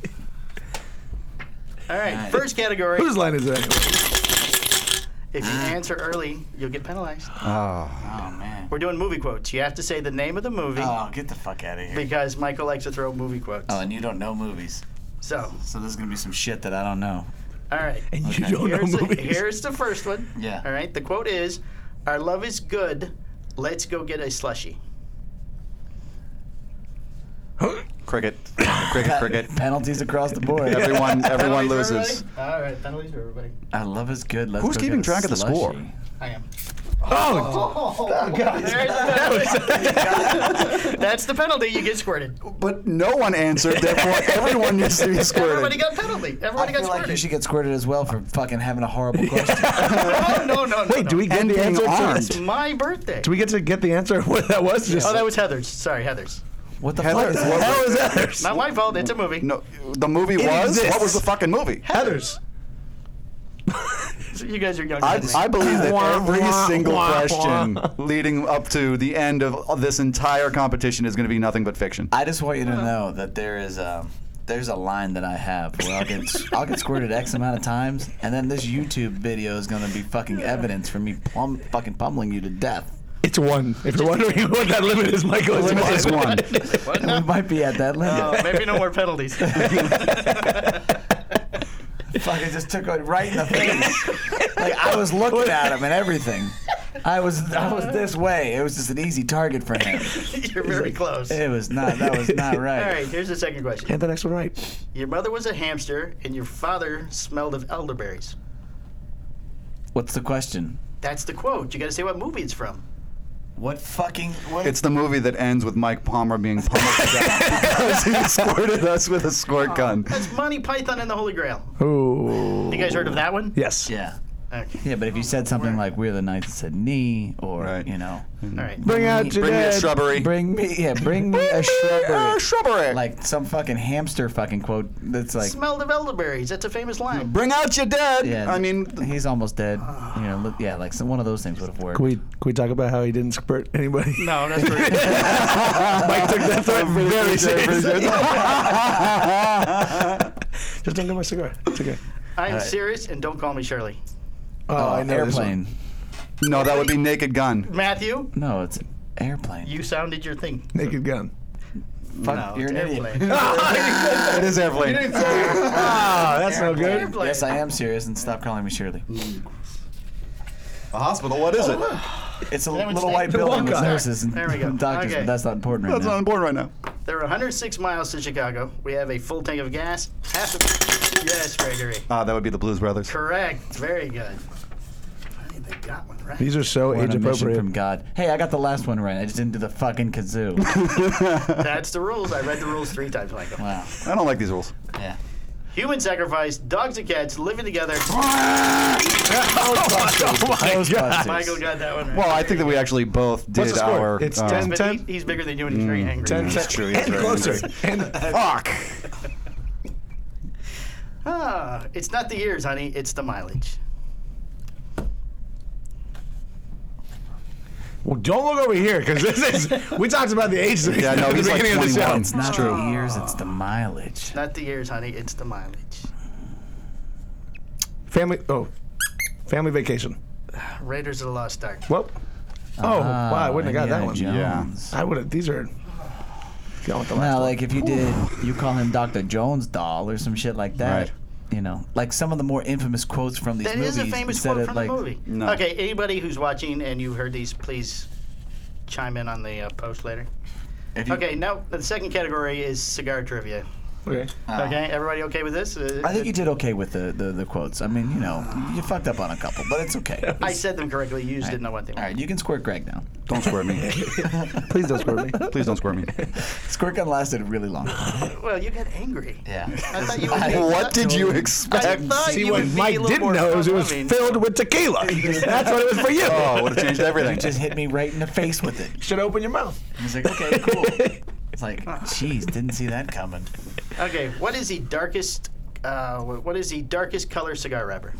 [SPEAKER 1] All right, first category.
[SPEAKER 4] Whose line is that?
[SPEAKER 1] If you answer early, you'll get penalized.
[SPEAKER 2] Oh,
[SPEAKER 5] Oh man.
[SPEAKER 1] We're doing movie quotes. You have to say the name of the movie
[SPEAKER 5] Oh, get the fuck out of here.
[SPEAKER 1] because Michael likes to throw movie quotes.
[SPEAKER 5] Oh, and you don't know movies,
[SPEAKER 1] So,
[SPEAKER 5] so there's gonna be some shit that I don't know.
[SPEAKER 1] all right.
[SPEAKER 4] And you don't know
[SPEAKER 1] Here's the,
[SPEAKER 4] Oh, movies.
[SPEAKER 1] here's the first one.
[SPEAKER 5] Yeah.
[SPEAKER 1] All right. The quote is, "Our love is good. Let's go get a slushy."
[SPEAKER 2] cricket, cricket, cricket.
[SPEAKER 5] Penalties across the board.
[SPEAKER 2] Everyone, everyone
[SPEAKER 1] Penalties for
[SPEAKER 2] loses.
[SPEAKER 1] everybody? All right. Penalties for everybody.
[SPEAKER 5] I love is good. Let's
[SPEAKER 2] Who's
[SPEAKER 5] go
[SPEAKER 2] keeping
[SPEAKER 5] get a
[SPEAKER 2] track of the
[SPEAKER 5] slushie.
[SPEAKER 2] score?
[SPEAKER 1] I am.
[SPEAKER 4] Oh,
[SPEAKER 1] There's the- That's the penalty. You get squirted.
[SPEAKER 2] But no one answered. Therefore, everyone needs to be
[SPEAKER 1] Everybody
[SPEAKER 2] squirted.
[SPEAKER 1] got penalty.
[SPEAKER 5] I
[SPEAKER 1] Everybody
[SPEAKER 5] feel
[SPEAKER 1] got
[SPEAKER 5] like
[SPEAKER 1] squirted.
[SPEAKER 5] you should get squirted as well for fucking having a horrible question.
[SPEAKER 1] no, Oh, no, no, no.
[SPEAKER 4] wait, do we get
[SPEAKER 2] And
[SPEAKER 4] the
[SPEAKER 2] being
[SPEAKER 4] answer? To,
[SPEAKER 2] armed.
[SPEAKER 1] It's my birthday.
[SPEAKER 4] do we get to get the answer of what that was? Just
[SPEAKER 1] oh, that was Heather's. Sorry, Heather's.
[SPEAKER 5] What the
[SPEAKER 2] Heather,
[SPEAKER 5] fuck?
[SPEAKER 2] what
[SPEAKER 4] How
[SPEAKER 2] was-
[SPEAKER 4] was Heather's?
[SPEAKER 1] Not my fault. It's a movie.
[SPEAKER 2] No, the movie
[SPEAKER 4] It
[SPEAKER 2] was.
[SPEAKER 4] exists.
[SPEAKER 2] What was the fucking movie?
[SPEAKER 4] Heather's.
[SPEAKER 1] You guys are younger.
[SPEAKER 2] I,
[SPEAKER 1] than me.
[SPEAKER 2] I believe that
[SPEAKER 4] Wah,
[SPEAKER 2] every
[SPEAKER 4] wah,
[SPEAKER 2] single
[SPEAKER 4] wah,
[SPEAKER 2] question
[SPEAKER 4] wah.
[SPEAKER 2] leading up to the end of this entire competition is going to be nothing but fiction.
[SPEAKER 5] I just want you
[SPEAKER 1] Uh-huh.
[SPEAKER 5] to know that there is um there's a line that I have where I'll get I'll get squirted X amount of times, and then this YouTube video is gonna be fucking evidence for me plum, fucking pummeling you to death.
[SPEAKER 4] It's one. If you're wondering what that limit is, Michael, it's
[SPEAKER 2] Limit is one.
[SPEAKER 1] What?
[SPEAKER 5] We might be at that limit.
[SPEAKER 1] Oh, maybe no more penalties.
[SPEAKER 5] Fucking just took it right in the face. like I was looking at him and everything. I was I was this way. It was just an easy target for him.
[SPEAKER 1] You're very close.
[SPEAKER 5] It was not. That was not
[SPEAKER 1] All
[SPEAKER 5] right.
[SPEAKER 1] right, here's the second question.
[SPEAKER 4] Get the next one right.
[SPEAKER 1] Your mother was a hamster, and your father smelled of elderberries.
[SPEAKER 5] What's the question?
[SPEAKER 1] That's the quote. You got to say what movie it's from.
[SPEAKER 5] What fucking? What?
[SPEAKER 2] It's the movie that ends with Mike Palmer being pummeled to death because he squirted us with a squirt gun.
[SPEAKER 1] That's Monty Python and the Holy Grail.
[SPEAKER 4] Ooh.
[SPEAKER 1] You guys heard of that one?
[SPEAKER 4] Yes.
[SPEAKER 5] yeah.
[SPEAKER 1] Okay.
[SPEAKER 5] Yeah, but if you said something like "We're the Knights that said knee," or
[SPEAKER 2] Right.
[SPEAKER 5] you know,
[SPEAKER 4] Mm-hmm.
[SPEAKER 1] All right.
[SPEAKER 5] Mm-hmm.
[SPEAKER 4] Bring out your
[SPEAKER 2] Bring me a
[SPEAKER 4] dead.
[SPEAKER 2] shrubbery.
[SPEAKER 5] bring me, yeah, bring me a
[SPEAKER 2] Uh,
[SPEAKER 5] shrubbery,
[SPEAKER 2] shrubbery.
[SPEAKER 5] like some fucking hamster fucking quote that's like,
[SPEAKER 1] Smelled of elderberries. That's a famous line.
[SPEAKER 2] Bring out your dead.
[SPEAKER 5] yeah,
[SPEAKER 2] I mean,
[SPEAKER 5] he's almost dead, you know, look- yeah, like some, one of those things would have worked.
[SPEAKER 4] Can we, can we talk about how he didn't squirt anybody?
[SPEAKER 1] No, that's pretty.
[SPEAKER 4] Mike took that threat very seriously. Just don't get my cigar. It's okay.
[SPEAKER 5] Mm-hmm.
[SPEAKER 1] I am serious, and don't call me Shirley.
[SPEAKER 4] Oh,
[SPEAKER 5] Uh,
[SPEAKER 4] I know this one.
[SPEAKER 5] airplane.
[SPEAKER 2] no, that would be Naked Gun.
[SPEAKER 1] Matthew,
[SPEAKER 5] No, it's airplane.
[SPEAKER 1] you sounded your thing.
[SPEAKER 4] Naked Gun.
[SPEAKER 5] Fuck,
[SPEAKER 1] No,
[SPEAKER 5] you're an
[SPEAKER 1] it's
[SPEAKER 5] idiot.
[SPEAKER 1] airplane.
[SPEAKER 2] It is airplane.
[SPEAKER 4] Ah, that's no good.
[SPEAKER 1] Airplane.
[SPEAKER 5] Yes, I am serious, and stop calling me Shirley.
[SPEAKER 2] A hospital. What is it?
[SPEAKER 5] It's a
[SPEAKER 1] Anyone
[SPEAKER 5] little
[SPEAKER 1] say-
[SPEAKER 5] white building with
[SPEAKER 4] Walker.
[SPEAKER 5] nurses and
[SPEAKER 1] There we go.
[SPEAKER 5] doctors,
[SPEAKER 1] Okay.
[SPEAKER 5] but that's not important right
[SPEAKER 2] That's
[SPEAKER 5] now.
[SPEAKER 2] not important right now.
[SPEAKER 1] There are 106 miles to Chicago. We have a full tank of gas. Half of yes, Gregory.
[SPEAKER 2] Ah, that would be the Blues Brothers.
[SPEAKER 1] Correct. Very good. Funny They got one right.
[SPEAKER 4] These are so
[SPEAKER 5] We're on
[SPEAKER 4] age
[SPEAKER 5] a mission
[SPEAKER 4] appropriate.
[SPEAKER 5] from God. Hey, I got the last one right. I just didn't do the fucking kazoo.
[SPEAKER 1] That's the rules. I read the rules three times, Michael.
[SPEAKER 5] wow.
[SPEAKER 2] I don't like these rules.
[SPEAKER 5] Yeah.
[SPEAKER 1] Human sacrifice, dogs and cats living together.
[SPEAKER 5] Those busters.
[SPEAKER 1] Michael got that one right.
[SPEAKER 2] Well, I think that we actually both did
[SPEAKER 4] the score?
[SPEAKER 2] our. uh,
[SPEAKER 4] It's 10
[SPEAKER 1] but he, he's bigger than you and he's
[SPEAKER 5] Mm,
[SPEAKER 1] very angry.
[SPEAKER 2] That's true. he's
[SPEAKER 4] And
[SPEAKER 2] very nice.
[SPEAKER 4] closer. And
[SPEAKER 2] Fuck.
[SPEAKER 1] Ah, it's not the years, honey. It's the mileage.
[SPEAKER 4] well, don't look over here because this is. We talked about the age thing
[SPEAKER 2] Yeah, no,
[SPEAKER 4] at the
[SPEAKER 2] he's like
[SPEAKER 4] beginning of the show.
[SPEAKER 2] 21.
[SPEAKER 5] It's not the years, it's the mileage.
[SPEAKER 1] Not the years, honey. It's the mileage.
[SPEAKER 4] Family. Oh, family vacation.
[SPEAKER 1] Raiders of the Lost Ark.
[SPEAKER 4] Well. Oh, wow! I wouldn't have got that one.
[SPEAKER 2] Ah, Yeah.
[SPEAKER 5] Jones.
[SPEAKER 4] I would have. These are. Going with the last
[SPEAKER 5] Now, like if you did, you call him Dr. Jones doll or some shit like that.
[SPEAKER 2] Right.
[SPEAKER 5] You know, like some of the more infamous quotes from these
[SPEAKER 1] That is
[SPEAKER 5] movies.
[SPEAKER 1] a famous
[SPEAKER 5] instead
[SPEAKER 1] quote
[SPEAKER 5] of,
[SPEAKER 1] from
[SPEAKER 5] like,
[SPEAKER 1] the movie.
[SPEAKER 2] No.
[SPEAKER 1] Okay, anybody who's watching and you've heard these, please chime in on the uh, post later.
[SPEAKER 5] if you-
[SPEAKER 1] Okay, now the second category is cigar trivia.
[SPEAKER 4] Okay.
[SPEAKER 2] uh,
[SPEAKER 1] okay, everybody okay with this? Uh,
[SPEAKER 5] Ah. I think you did okay with the, the, the quotes. I mean, you know, you fucked up on a couple, but it's okay.
[SPEAKER 1] I said them correctly. You just didn't know what they
[SPEAKER 5] All
[SPEAKER 1] were.
[SPEAKER 5] right, you can squirt Greg now.
[SPEAKER 2] Don't squirt me.
[SPEAKER 4] Please don't squirt me.
[SPEAKER 2] Please don't squirt me.
[SPEAKER 5] Squirt gun lasted really long.
[SPEAKER 1] Well, you got angry.
[SPEAKER 5] Yeah.
[SPEAKER 1] I thought you would be- I
[SPEAKER 2] expect?
[SPEAKER 1] thought
[SPEAKER 4] See
[SPEAKER 1] you
[SPEAKER 4] what
[SPEAKER 1] would be a
[SPEAKER 4] Mike
[SPEAKER 1] little
[SPEAKER 4] didn't
[SPEAKER 1] more
[SPEAKER 4] know is it was
[SPEAKER 1] forthcoming.
[SPEAKER 4] filled with tequila. That's what it was for you.
[SPEAKER 2] Oh, would have changed everything.
[SPEAKER 5] You just hit me right in the face with it.
[SPEAKER 4] Should open your mouth.
[SPEAKER 5] I was like, okay, cool. It's like, jeez, didn't see that coming.
[SPEAKER 1] Okay, what is the darkest? Uh, wh- what is the darkest color cigar wrapper?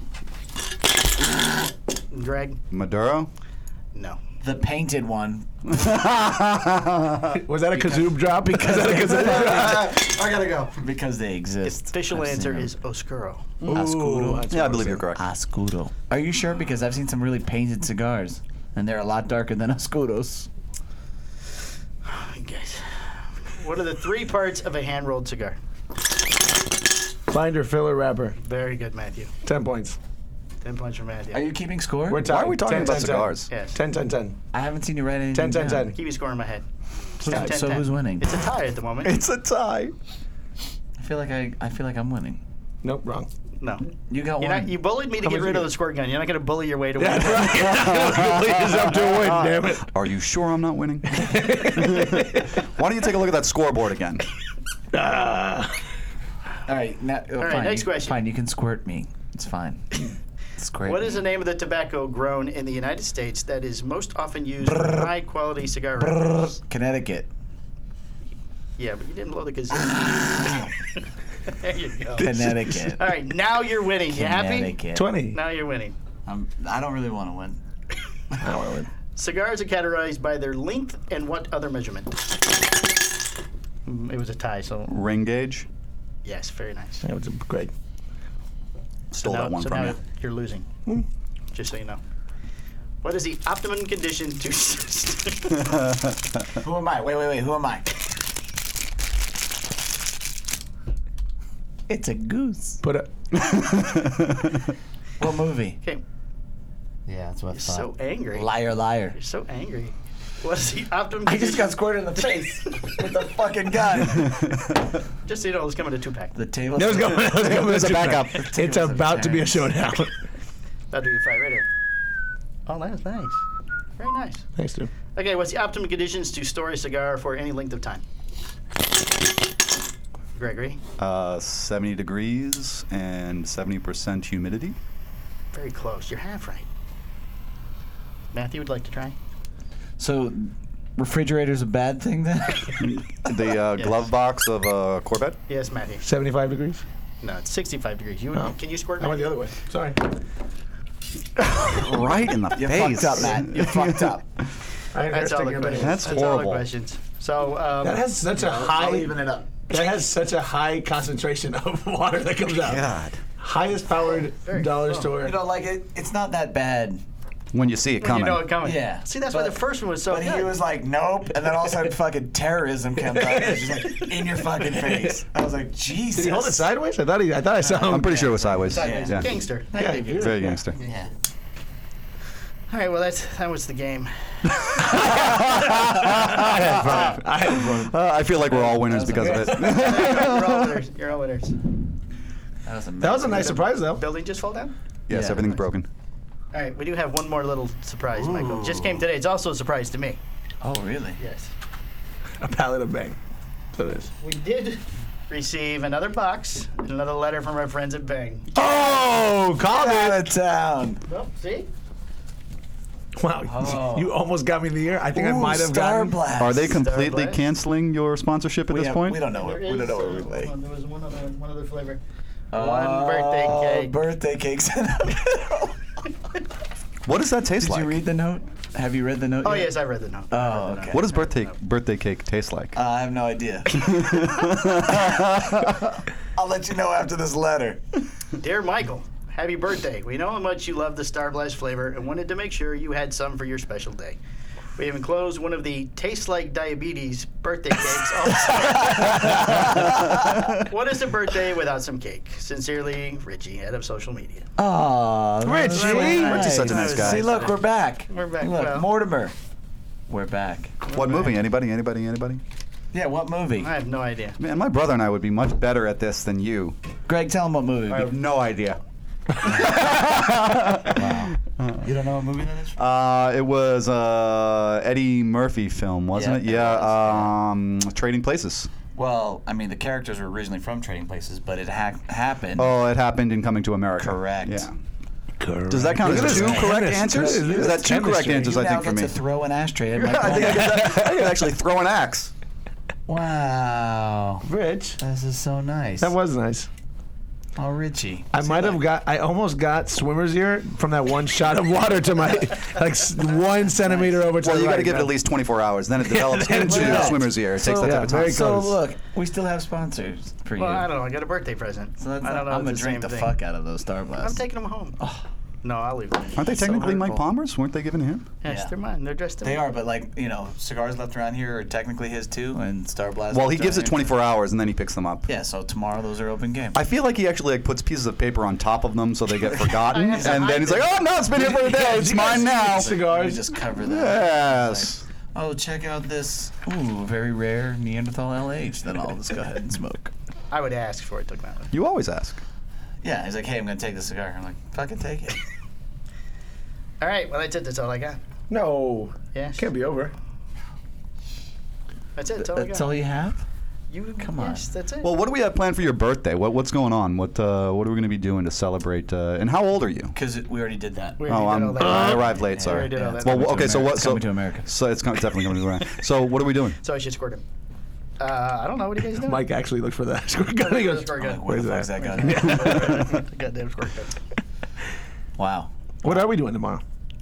[SPEAKER 1] Greg,
[SPEAKER 2] Maduro.
[SPEAKER 1] no.
[SPEAKER 5] The painted one.
[SPEAKER 4] Was that a kazoob drop? Because that a kazoob drop?
[SPEAKER 2] I gotta go.
[SPEAKER 5] Because they exist.
[SPEAKER 1] Official
[SPEAKER 5] I've seen
[SPEAKER 1] answer
[SPEAKER 5] them.
[SPEAKER 1] is Oscuro.
[SPEAKER 5] Oscuro.
[SPEAKER 2] Yeah, I believe you're correct.
[SPEAKER 5] Oscuro. Are you sure? Because I've seen some really painted cigars, and they're a lot darker than Oscuros.
[SPEAKER 1] You guys, what are the three parts of a hand rolled cigar?
[SPEAKER 4] Binder, filler, wrapper.
[SPEAKER 1] Very good, Matthew.
[SPEAKER 4] Ten points.
[SPEAKER 1] Ten points for Matthew.
[SPEAKER 5] Are you keeping score?
[SPEAKER 4] We're tied.
[SPEAKER 2] Why are we talking
[SPEAKER 4] 10,
[SPEAKER 2] about
[SPEAKER 4] 10,
[SPEAKER 2] cigars?
[SPEAKER 1] yes.
[SPEAKER 4] 10, 10, 10.
[SPEAKER 5] I haven't seen you write anything.
[SPEAKER 4] 10, 10,
[SPEAKER 5] down.
[SPEAKER 4] 10.
[SPEAKER 1] Keep your score in my head.
[SPEAKER 5] So- so who's winning?
[SPEAKER 1] It's a tie at the moment.
[SPEAKER 2] It's a tie.
[SPEAKER 5] I feel like I, I feel like I'm winning.
[SPEAKER 4] Nope, wrong.
[SPEAKER 1] No.
[SPEAKER 5] You got
[SPEAKER 1] You're
[SPEAKER 5] one.
[SPEAKER 1] not, you bullied me to get
[SPEAKER 4] much
[SPEAKER 1] rid
[SPEAKER 4] you
[SPEAKER 1] of
[SPEAKER 4] get?
[SPEAKER 1] the squirt gun. You're not going to bully your way to win.
[SPEAKER 4] That's right. Please is up to a win, damn it.
[SPEAKER 2] Are you sure I'm not winning? Why don't you take a look at that scoreboard again?
[SPEAKER 5] All right. Now, All
[SPEAKER 1] right,
[SPEAKER 5] Fine,
[SPEAKER 1] next
[SPEAKER 5] you,
[SPEAKER 1] question.
[SPEAKER 5] Fine. You can squirt me. It's fine. squirt.
[SPEAKER 1] What
[SPEAKER 5] me.
[SPEAKER 1] is the name of the tobacco grown in the United States that is most often used for high quality cigar wrappers?
[SPEAKER 5] Connecticut.
[SPEAKER 1] Yeah, but you didn't blow the kazoo. there you go.
[SPEAKER 5] Connecticut.
[SPEAKER 1] All right, now you're winning. You happy?
[SPEAKER 5] Connecticut.
[SPEAKER 4] 20.
[SPEAKER 1] Now you're winning.
[SPEAKER 5] I'm, I don't really want to win. I don't want to win.
[SPEAKER 1] Cigars are categorized by their length and what other measurement? Mm, It was a tie, so
[SPEAKER 2] Ring gauge.
[SPEAKER 1] yes, very nice.
[SPEAKER 4] That was great.
[SPEAKER 2] Stole
[SPEAKER 1] Now-
[SPEAKER 2] that one
[SPEAKER 1] so
[SPEAKER 2] from
[SPEAKER 1] now
[SPEAKER 2] you. Hmm.
[SPEAKER 1] you're losing. Just so you know. What is the optimum condition to
[SPEAKER 5] Who am I? Wait, wait, wait. Who am I? It's a goose.
[SPEAKER 4] Put a.
[SPEAKER 5] What movie?
[SPEAKER 1] Okay,
[SPEAKER 5] Yeah, that's what I thought.
[SPEAKER 1] so angry.
[SPEAKER 5] liar, liar.
[SPEAKER 1] You're so angry. What is the optimum
[SPEAKER 5] I just
[SPEAKER 1] condition?
[SPEAKER 5] got squirted in the face with a fucking gun.
[SPEAKER 1] Just so you know, let's come in a two pack.
[SPEAKER 5] The table.
[SPEAKER 4] That was going. That was going.
[SPEAKER 5] There's a
[SPEAKER 4] to back
[SPEAKER 5] backup.
[SPEAKER 4] up. It's about to be a showdown.
[SPEAKER 1] That'll do your fight right here. Oh, that was nice. Very nice.
[SPEAKER 4] Thanks, dude.
[SPEAKER 1] Okay, what's the optimum conditions to store a cigar for any length of time? Gregory,
[SPEAKER 2] Uh, 70 degrees and 70% humidity.
[SPEAKER 1] very close. You're half right. Matthew would like to try.
[SPEAKER 5] So, refrigerator's a bad thing then?
[SPEAKER 2] The uh, glove box of a Corvette.
[SPEAKER 1] Yes, Matthew.
[SPEAKER 4] Seventy-five degrees.
[SPEAKER 1] No, it's 65 degrees. You
[SPEAKER 4] Oh.
[SPEAKER 1] can you squirt?
[SPEAKER 4] I went the other way. Sorry.
[SPEAKER 2] Right in the
[SPEAKER 5] You
[SPEAKER 2] face.
[SPEAKER 5] fucked up, Matt. You fucked up.
[SPEAKER 4] I had
[SPEAKER 1] That's
[SPEAKER 4] hair
[SPEAKER 1] all the
[SPEAKER 4] sticking in my
[SPEAKER 1] questions.
[SPEAKER 4] head.
[SPEAKER 2] That's
[SPEAKER 1] all the
[SPEAKER 2] horrible.
[SPEAKER 1] questions. So um,
[SPEAKER 4] That has such a high.
[SPEAKER 5] it up.
[SPEAKER 4] That has such a high concentration of water that comes out.
[SPEAKER 2] God.
[SPEAKER 4] Highest powered dollar
[SPEAKER 1] slow.
[SPEAKER 4] store.
[SPEAKER 5] You know, like it, it's not that bad.
[SPEAKER 2] When you see it
[SPEAKER 1] when you
[SPEAKER 2] coming.
[SPEAKER 1] know it coming.
[SPEAKER 5] Yeah,
[SPEAKER 1] See, that's why
[SPEAKER 5] but-
[SPEAKER 1] the first one was so
[SPEAKER 5] But he
[SPEAKER 1] good.
[SPEAKER 5] was like, nope. And then all of a sudden, fucking terrorism comes out. It's just like, in your fucking face. I was like, Jesus.
[SPEAKER 4] Did he hold it sideways? I thought
[SPEAKER 5] e,
[SPEAKER 4] he. I thought I saw him.
[SPEAKER 2] I'm pretty sure it was sideways.
[SPEAKER 5] Sideways.
[SPEAKER 2] Yeah.
[SPEAKER 1] gangster.
[SPEAKER 4] Yeah, dude.
[SPEAKER 2] Very gangster.
[SPEAKER 5] Yeah.
[SPEAKER 1] All right, well that's that was the game.
[SPEAKER 5] Ah,
[SPEAKER 4] I had one.
[SPEAKER 2] Uh, I feel like we're all winners because of it.
[SPEAKER 1] You're all winners. You're all winners.
[SPEAKER 5] That was,
[SPEAKER 4] That was a nice surprise, though.
[SPEAKER 1] Building just fall down.
[SPEAKER 2] yes,
[SPEAKER 5] Yeah.
[SPEAKER 2] everything's broken.
[SPEAKER 1] All right, we do have one more little surprise, Michael. Just came today. It's also a surprise to me.
[SPEAKER 5] Oh, really?
[SPEAKER 1] Yes.
[SPEAKER 4] A pallet of bang. So it is.
[SPEAKER 1] We did receive another box and another letter from our friends at Bang.
[SPEAKER 4] Oh, called
[SPEAKER 5] Out
[SPEAKER 4] it.
[SPEAKER 5] of town.
[SPEAKER 1] Well, see?
[SPEAKER 4] Wow,
[SPEAKER 5] Oh.
[SPEAKER 4] you almost got me the year. I think I
[SPEAKER 5] Ooh,
[SPEAKER 4] might have
[SPEAKER 5] Star
[SPEAKER 4] gotten.
[SPEAKER 5] Blast.
[SPEAKER 2] Are they completely
[SPEAKER 1] Blast?
[SPEAKER 2] canceling your sponsorship at
[SPEAKER 5] we
[SPEAKER 2] this
[SPEAKER 5] have-
[SPEAKER 2] point?
[SPEAKER 5] We don't know. Where, we don't know where we lay.
[SPEAKER 1] Uh, There was one other, one other flavor.
[SPEAKER 5] One
[SPEAKER 1] birthday cake.
[SPEAKER 5] Oh, Birthday cakes. in the middle.
[SPEAKER 2] What does that taste
[SPEAKER 5] Did
[SPEAKER 2] like?
[SPEAKER 5] you read the note? Have you read the note?
[SPEAKER 1] Oh,
[SPEAKER 5] yet?
[SPEAKER 1] yes, I read the note.
[SPEAKER 5] Oh, okay.
[SPEAKER 2] what does birthday birthday cake taste like?
[SPEAKER 5] Uh, I have no idea. I'll let you know after this letter.
[SPEAKER 1] Dear Michael, happy birthday. We know how much you love the Star Blast flavor and wanted to make sure you had some for your special day. We have enclosed one of the Taste Like Diabetes birthday cakes. Also. what is a birthday without some cake? Sincerely, Richie, head of social media.
[SPEAKER 5] Aww.
[SPEAKER 4] Richie! Richie's
[SPEAKER 2] such a nice guy.
[SPEAKER 5] See, look, we're back.
[SPEAKER 1] We're back,
[SPEAKER 5] Look,
[SPEAKER 1] well.
[SPEAKER 5] Mortimer. We're back.
[SPEAKER 2] what movie? Anybody? Anybody? Anybody?
[SPEAKER 7] Yeah, what movie?
[SPEAKER 1] I have no idea.
[SPEAKER 2] Man, my brother and I would be much better at this than you.
[SPEAKER 7] Greg, tell him what movie.
[SPEAKER 2] I have no idea.
[SPEAKER 7] You don't know what movie that is?
[SPEAKER 2] Uh, it was uh, Eddie Murphy film, wasn't
[SPEAKER 5] Yeah,
[SPEAKER 2] it?
[SPEAKER 5] it
[SPEAKER 2] Yeah.
[SPEAKER 5] was,
[SPEAKER 2] Um, Trading Places.
[SPEAKER 5] Well, I mean, the characters were originally from Trading Places, but it ha- happened.
[SPEAKER 2] Oh, it happened in Coming to America.
[SPEAKER 5] Correct.
[SPEAKER 2] Yeah.
[SPEAKER 4] Correct.
[SPEAKER 2] Does that count
[SPEAKER 4] Look
[SPEAKER 2] as
[SPEAKER 4] at
[SPEAKER 2] two
[SPEAKER 4] this
[SPEAKER 2] correct
[SPEAKER 4] chemist-
[SPEAKER 2] answers?
[SPEAKER 4] look at this
[SPEAKER 2] Is that two correct
[SPEAKER 4] chemistry.
[SPEAKER 2] answers?
[SPEAKER 5] You
[SPEAKER 2] I
[SPEAKER 5] now
[SPEAKER 2] think
[SPEAKER 5] get
[SPEAKER 2] for me.
[SPEAKER 5] to throw an ashtray at my
[SPEAKER 2] I think I could, I could actually throw an axe.
[SPEAKER 5] Wow.
[SPEAKER 4] Rich.
[SPEAKER 5] This is so nice.
[SPEAKER 4] That was nice.
[SPEAKER 5] oh, Richie.
[SPEAKER 4] I might have got. I almost got swimmer's ear from that one shot of water to my, like s- one centimeter over to
[SPEAKER 2] Well,
[SPEAKER 4] the
[SPEAKER 2] you got to
[SPEAKER 4] right,
[SPEAKER 2] give it
[SPEAKER 4] man.
[SPEAKER 2] at least 24 hours. Then it develops into
[SPEAKER 5] it
[SPEAKER 2] a
[SPEAKER 5] develops.
[SPEAKER 2] swimmer's ear. It takes
[SPEAKER 5] So-
[SPEAKER 2] that type
[SPEAKER 4] Yeah,
[SPEAKER 2] of
[SPEAKER 4] very
[SPEAKER 2] time.
[SPEAKER 4] close.
[SPEAKER 5] So look, we still have sponsors for you.
[SPEAKER 1] Well, I don't know. I got a birthday present.
[SPEAKER 5] So that's
[SPEAKER 1] I don't
[SPEAKER 5] not,
[SPEAKER 1] know.
[SPEAKER 5] I'm
[SPEAKER 1] if
[SPEAKER 5] gonna
[SPEAKER 1] it's the
[SPEAKER 5] drink
[SPEAKER 1] same
[SPEAKER 5] the
[SPEAKER 1] thing.
[SPEAKER 5] fuck out of Oh. those Starbucks.
[SPEAKER 1] I'm taking them home. No, I'll leave them.
[SPEAKER 2] Aren't they
[SPEAKER 5] So
[SPEAKER 2] technically Mike
[SPEAKER 5] hurtful.
[SPEAKER 2] Palmer's? Weren't they giving him?
[SPEAKER 1] Yes,
[SPEAKER 5] Yeah.
[SPEAKER 1] they're mine. They're dressed in
[SPEAKER 5] they are, but like you know, cigars left around here are technically his too, and Star Blast.
[SPEAKER 2] Well,
[SPEAKER 5] left
[SPEAKER 2] he gives
[SPEAKER 5] around
[SPEAKER 2] it
[SPEAKER 5] here.
[SPEAKER 2] 24 hours and then he picks them up.
[SPEAKER 5] Yeah, so tomorrow those are open game.
[SPEAKER 2] I feel like he actually like puts pieces of paper on top of them so they get
[SPEAKER 1] I
[SPEAKER 2] forgotten,
[SPEAKER 1] have to
[SPEAKER 2] and then
[SPEAKER 1] hide
[SPEAKER 2] he's like, "Oh no, it's been here for a day. It's mine now."
[SPEAKER 5] Let me
[SPEAKER 4] Cigars.
[SPEAKER 5] just cover that.
[SPEAKER 2] Yes.
[SPEAKER 5] Oh, check out this. Ooh, very rare Neanderthal LH. Then I'll just go ahead and smoke.
[SPEAKER 1] I would ask for it. Took that one.
[SPEAKER 2] You always ask.
[SPEAKER 5] Yeah, he's like, hey, I'm gonna take the cigar. I'm like, fucking take it.
[SPEAKER 1] All right. Well, that's it. That's all I got.
[SPEAKER 4] No,
[SPEAKER 1] Yes.
[SPEAKER 4] can't be over.
[SPEAKER 1] That's it. That's all I got.
[SPEAKER 5] That's all you have?
[SPEAKER 1] you
[SPEAKER 5] Uh, Come on.
[SPEAKER 1] Yes, that's it.
[SPEAKER 2] Well, what do we have planned for your birthday? What What's going on? What uh, What are we going to be doing to celebrate? Uh, and how old are you?
[SPEAKER 5] Because we already did that.
[SPEAKER 1] we already
[SPEAKER 2] Oh,
[SPEAKER 1] did
[SPEAKER 2] I'm,
[SPEAKER 1] all that.
[SPEAKER 2] I arrived late.
[SPEAKER 1] we
[SPEAKER 2] Sorry.
[SPEAKER 1] already did all that.
[SPEAKER 2] Well,
[SPEAKER 5] Coming to
[SPEAKER 2] okay. So
[SPEAKER 5] America.
[SPEAKER 2] what? So
[SPEAKER 5] Coming to America.
[SPEAKER 2] So it's com- definitely coming to America. So what are we doing?
[SPEAKER 1] so I should squirt him. Uh, I don't know. What do you guys do?
[SPEAKER 4] Mike actually looked for that squirt gun. He goes, "Oh,
[SPEAKER 1] Squirt gun.
[SPEAKER 5] Where
[SPEAKER 4] Where's
[SPEAKER 5] the fuck's that
[SPEAKER 4] that?
[SPEAKER 5] gun?
[SPEAKER 1] Goddamn squirt gun.
[SPEAKER 5] Wow.
[SPEAKER 4] "What are we doing tomorrow?"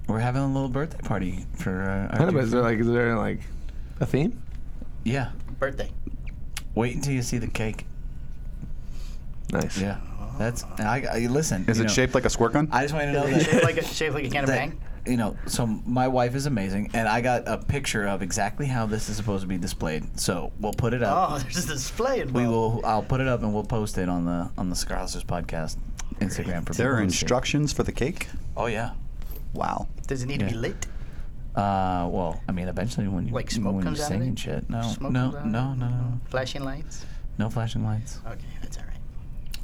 [SPEAKER 5] We're having a little birthday party for uh,
[SPEAKER 4] I
[SPEAKER 5] our
[SPEAKER 4] don't know,
[SPEAKER 5] dude.
[SPEAKER 4] is there like, is there like a theme?
[SPEAKER 5] Yeah.
[SPEAKER 1] Birthday.
[SPEAKER 5] Wait until you see the cake.
[SPEAKER 4] Nice.
[SPEAKER 5] Yeah. That's I, I listen.
[SPEAKER 2] Is
[SPEAKER 5] you
[SPEAKER 2] it
[SPEAKER 5] know,
[SPEAKER 2] shaped like a squirt gun?
[SPEAKER 5] I just want you to know
[SPEAKER 1] shaped
[SPEAKER 5] that,
[SPEAKER 1] like a shaped like a can of
[SPEAKER 5] that
[SPEAKER 1] bang.
[SPEAKER 5] you know. So my wife is amazing, and I got a picture of exactly how this is supposed to be displayed. So we'll put it up.
[SPEAKER 1] Oh, there's a display involved.
[SPEAKER 5] We will. I'll put it up, and we'll post it on the on the Cigar Hustlers podcast Instagram for
[SPEAKER 2] there are
[SPEAKER 5] people to see.
[SPEAKER 2] instructions for the cake.
[SPEAKER 5] Oh yeah.
[SPEAKER 2] Wow.
[SPEAKER 1] Does it need to be
[SPEAKER 5] Yeah.
[SPEAKER 1] lit?
[SPEAKER 5] Uh, well, I mean, eventually when you
[SPEAKER 1] Like smoke
[SPEAKER 5] when
[SPEAKER 1] comes
[SPEAKER 5] you
[SPEAKER 1] out of
[SPEAKER 5] sing
[SPEAKER 1] it?
[SPEAKER 5] and shit. No,
[SPEAKER 1] Smoke
[SPEAKER 5] no,
[SPEAKER 1] comes out?
[SPEAKER 5] no, no, no,
[SPEAKER 1] Flashing lights.
[SPEAKER 5] no flashing lights.
[SPEAKER 1] Okay, that's all right.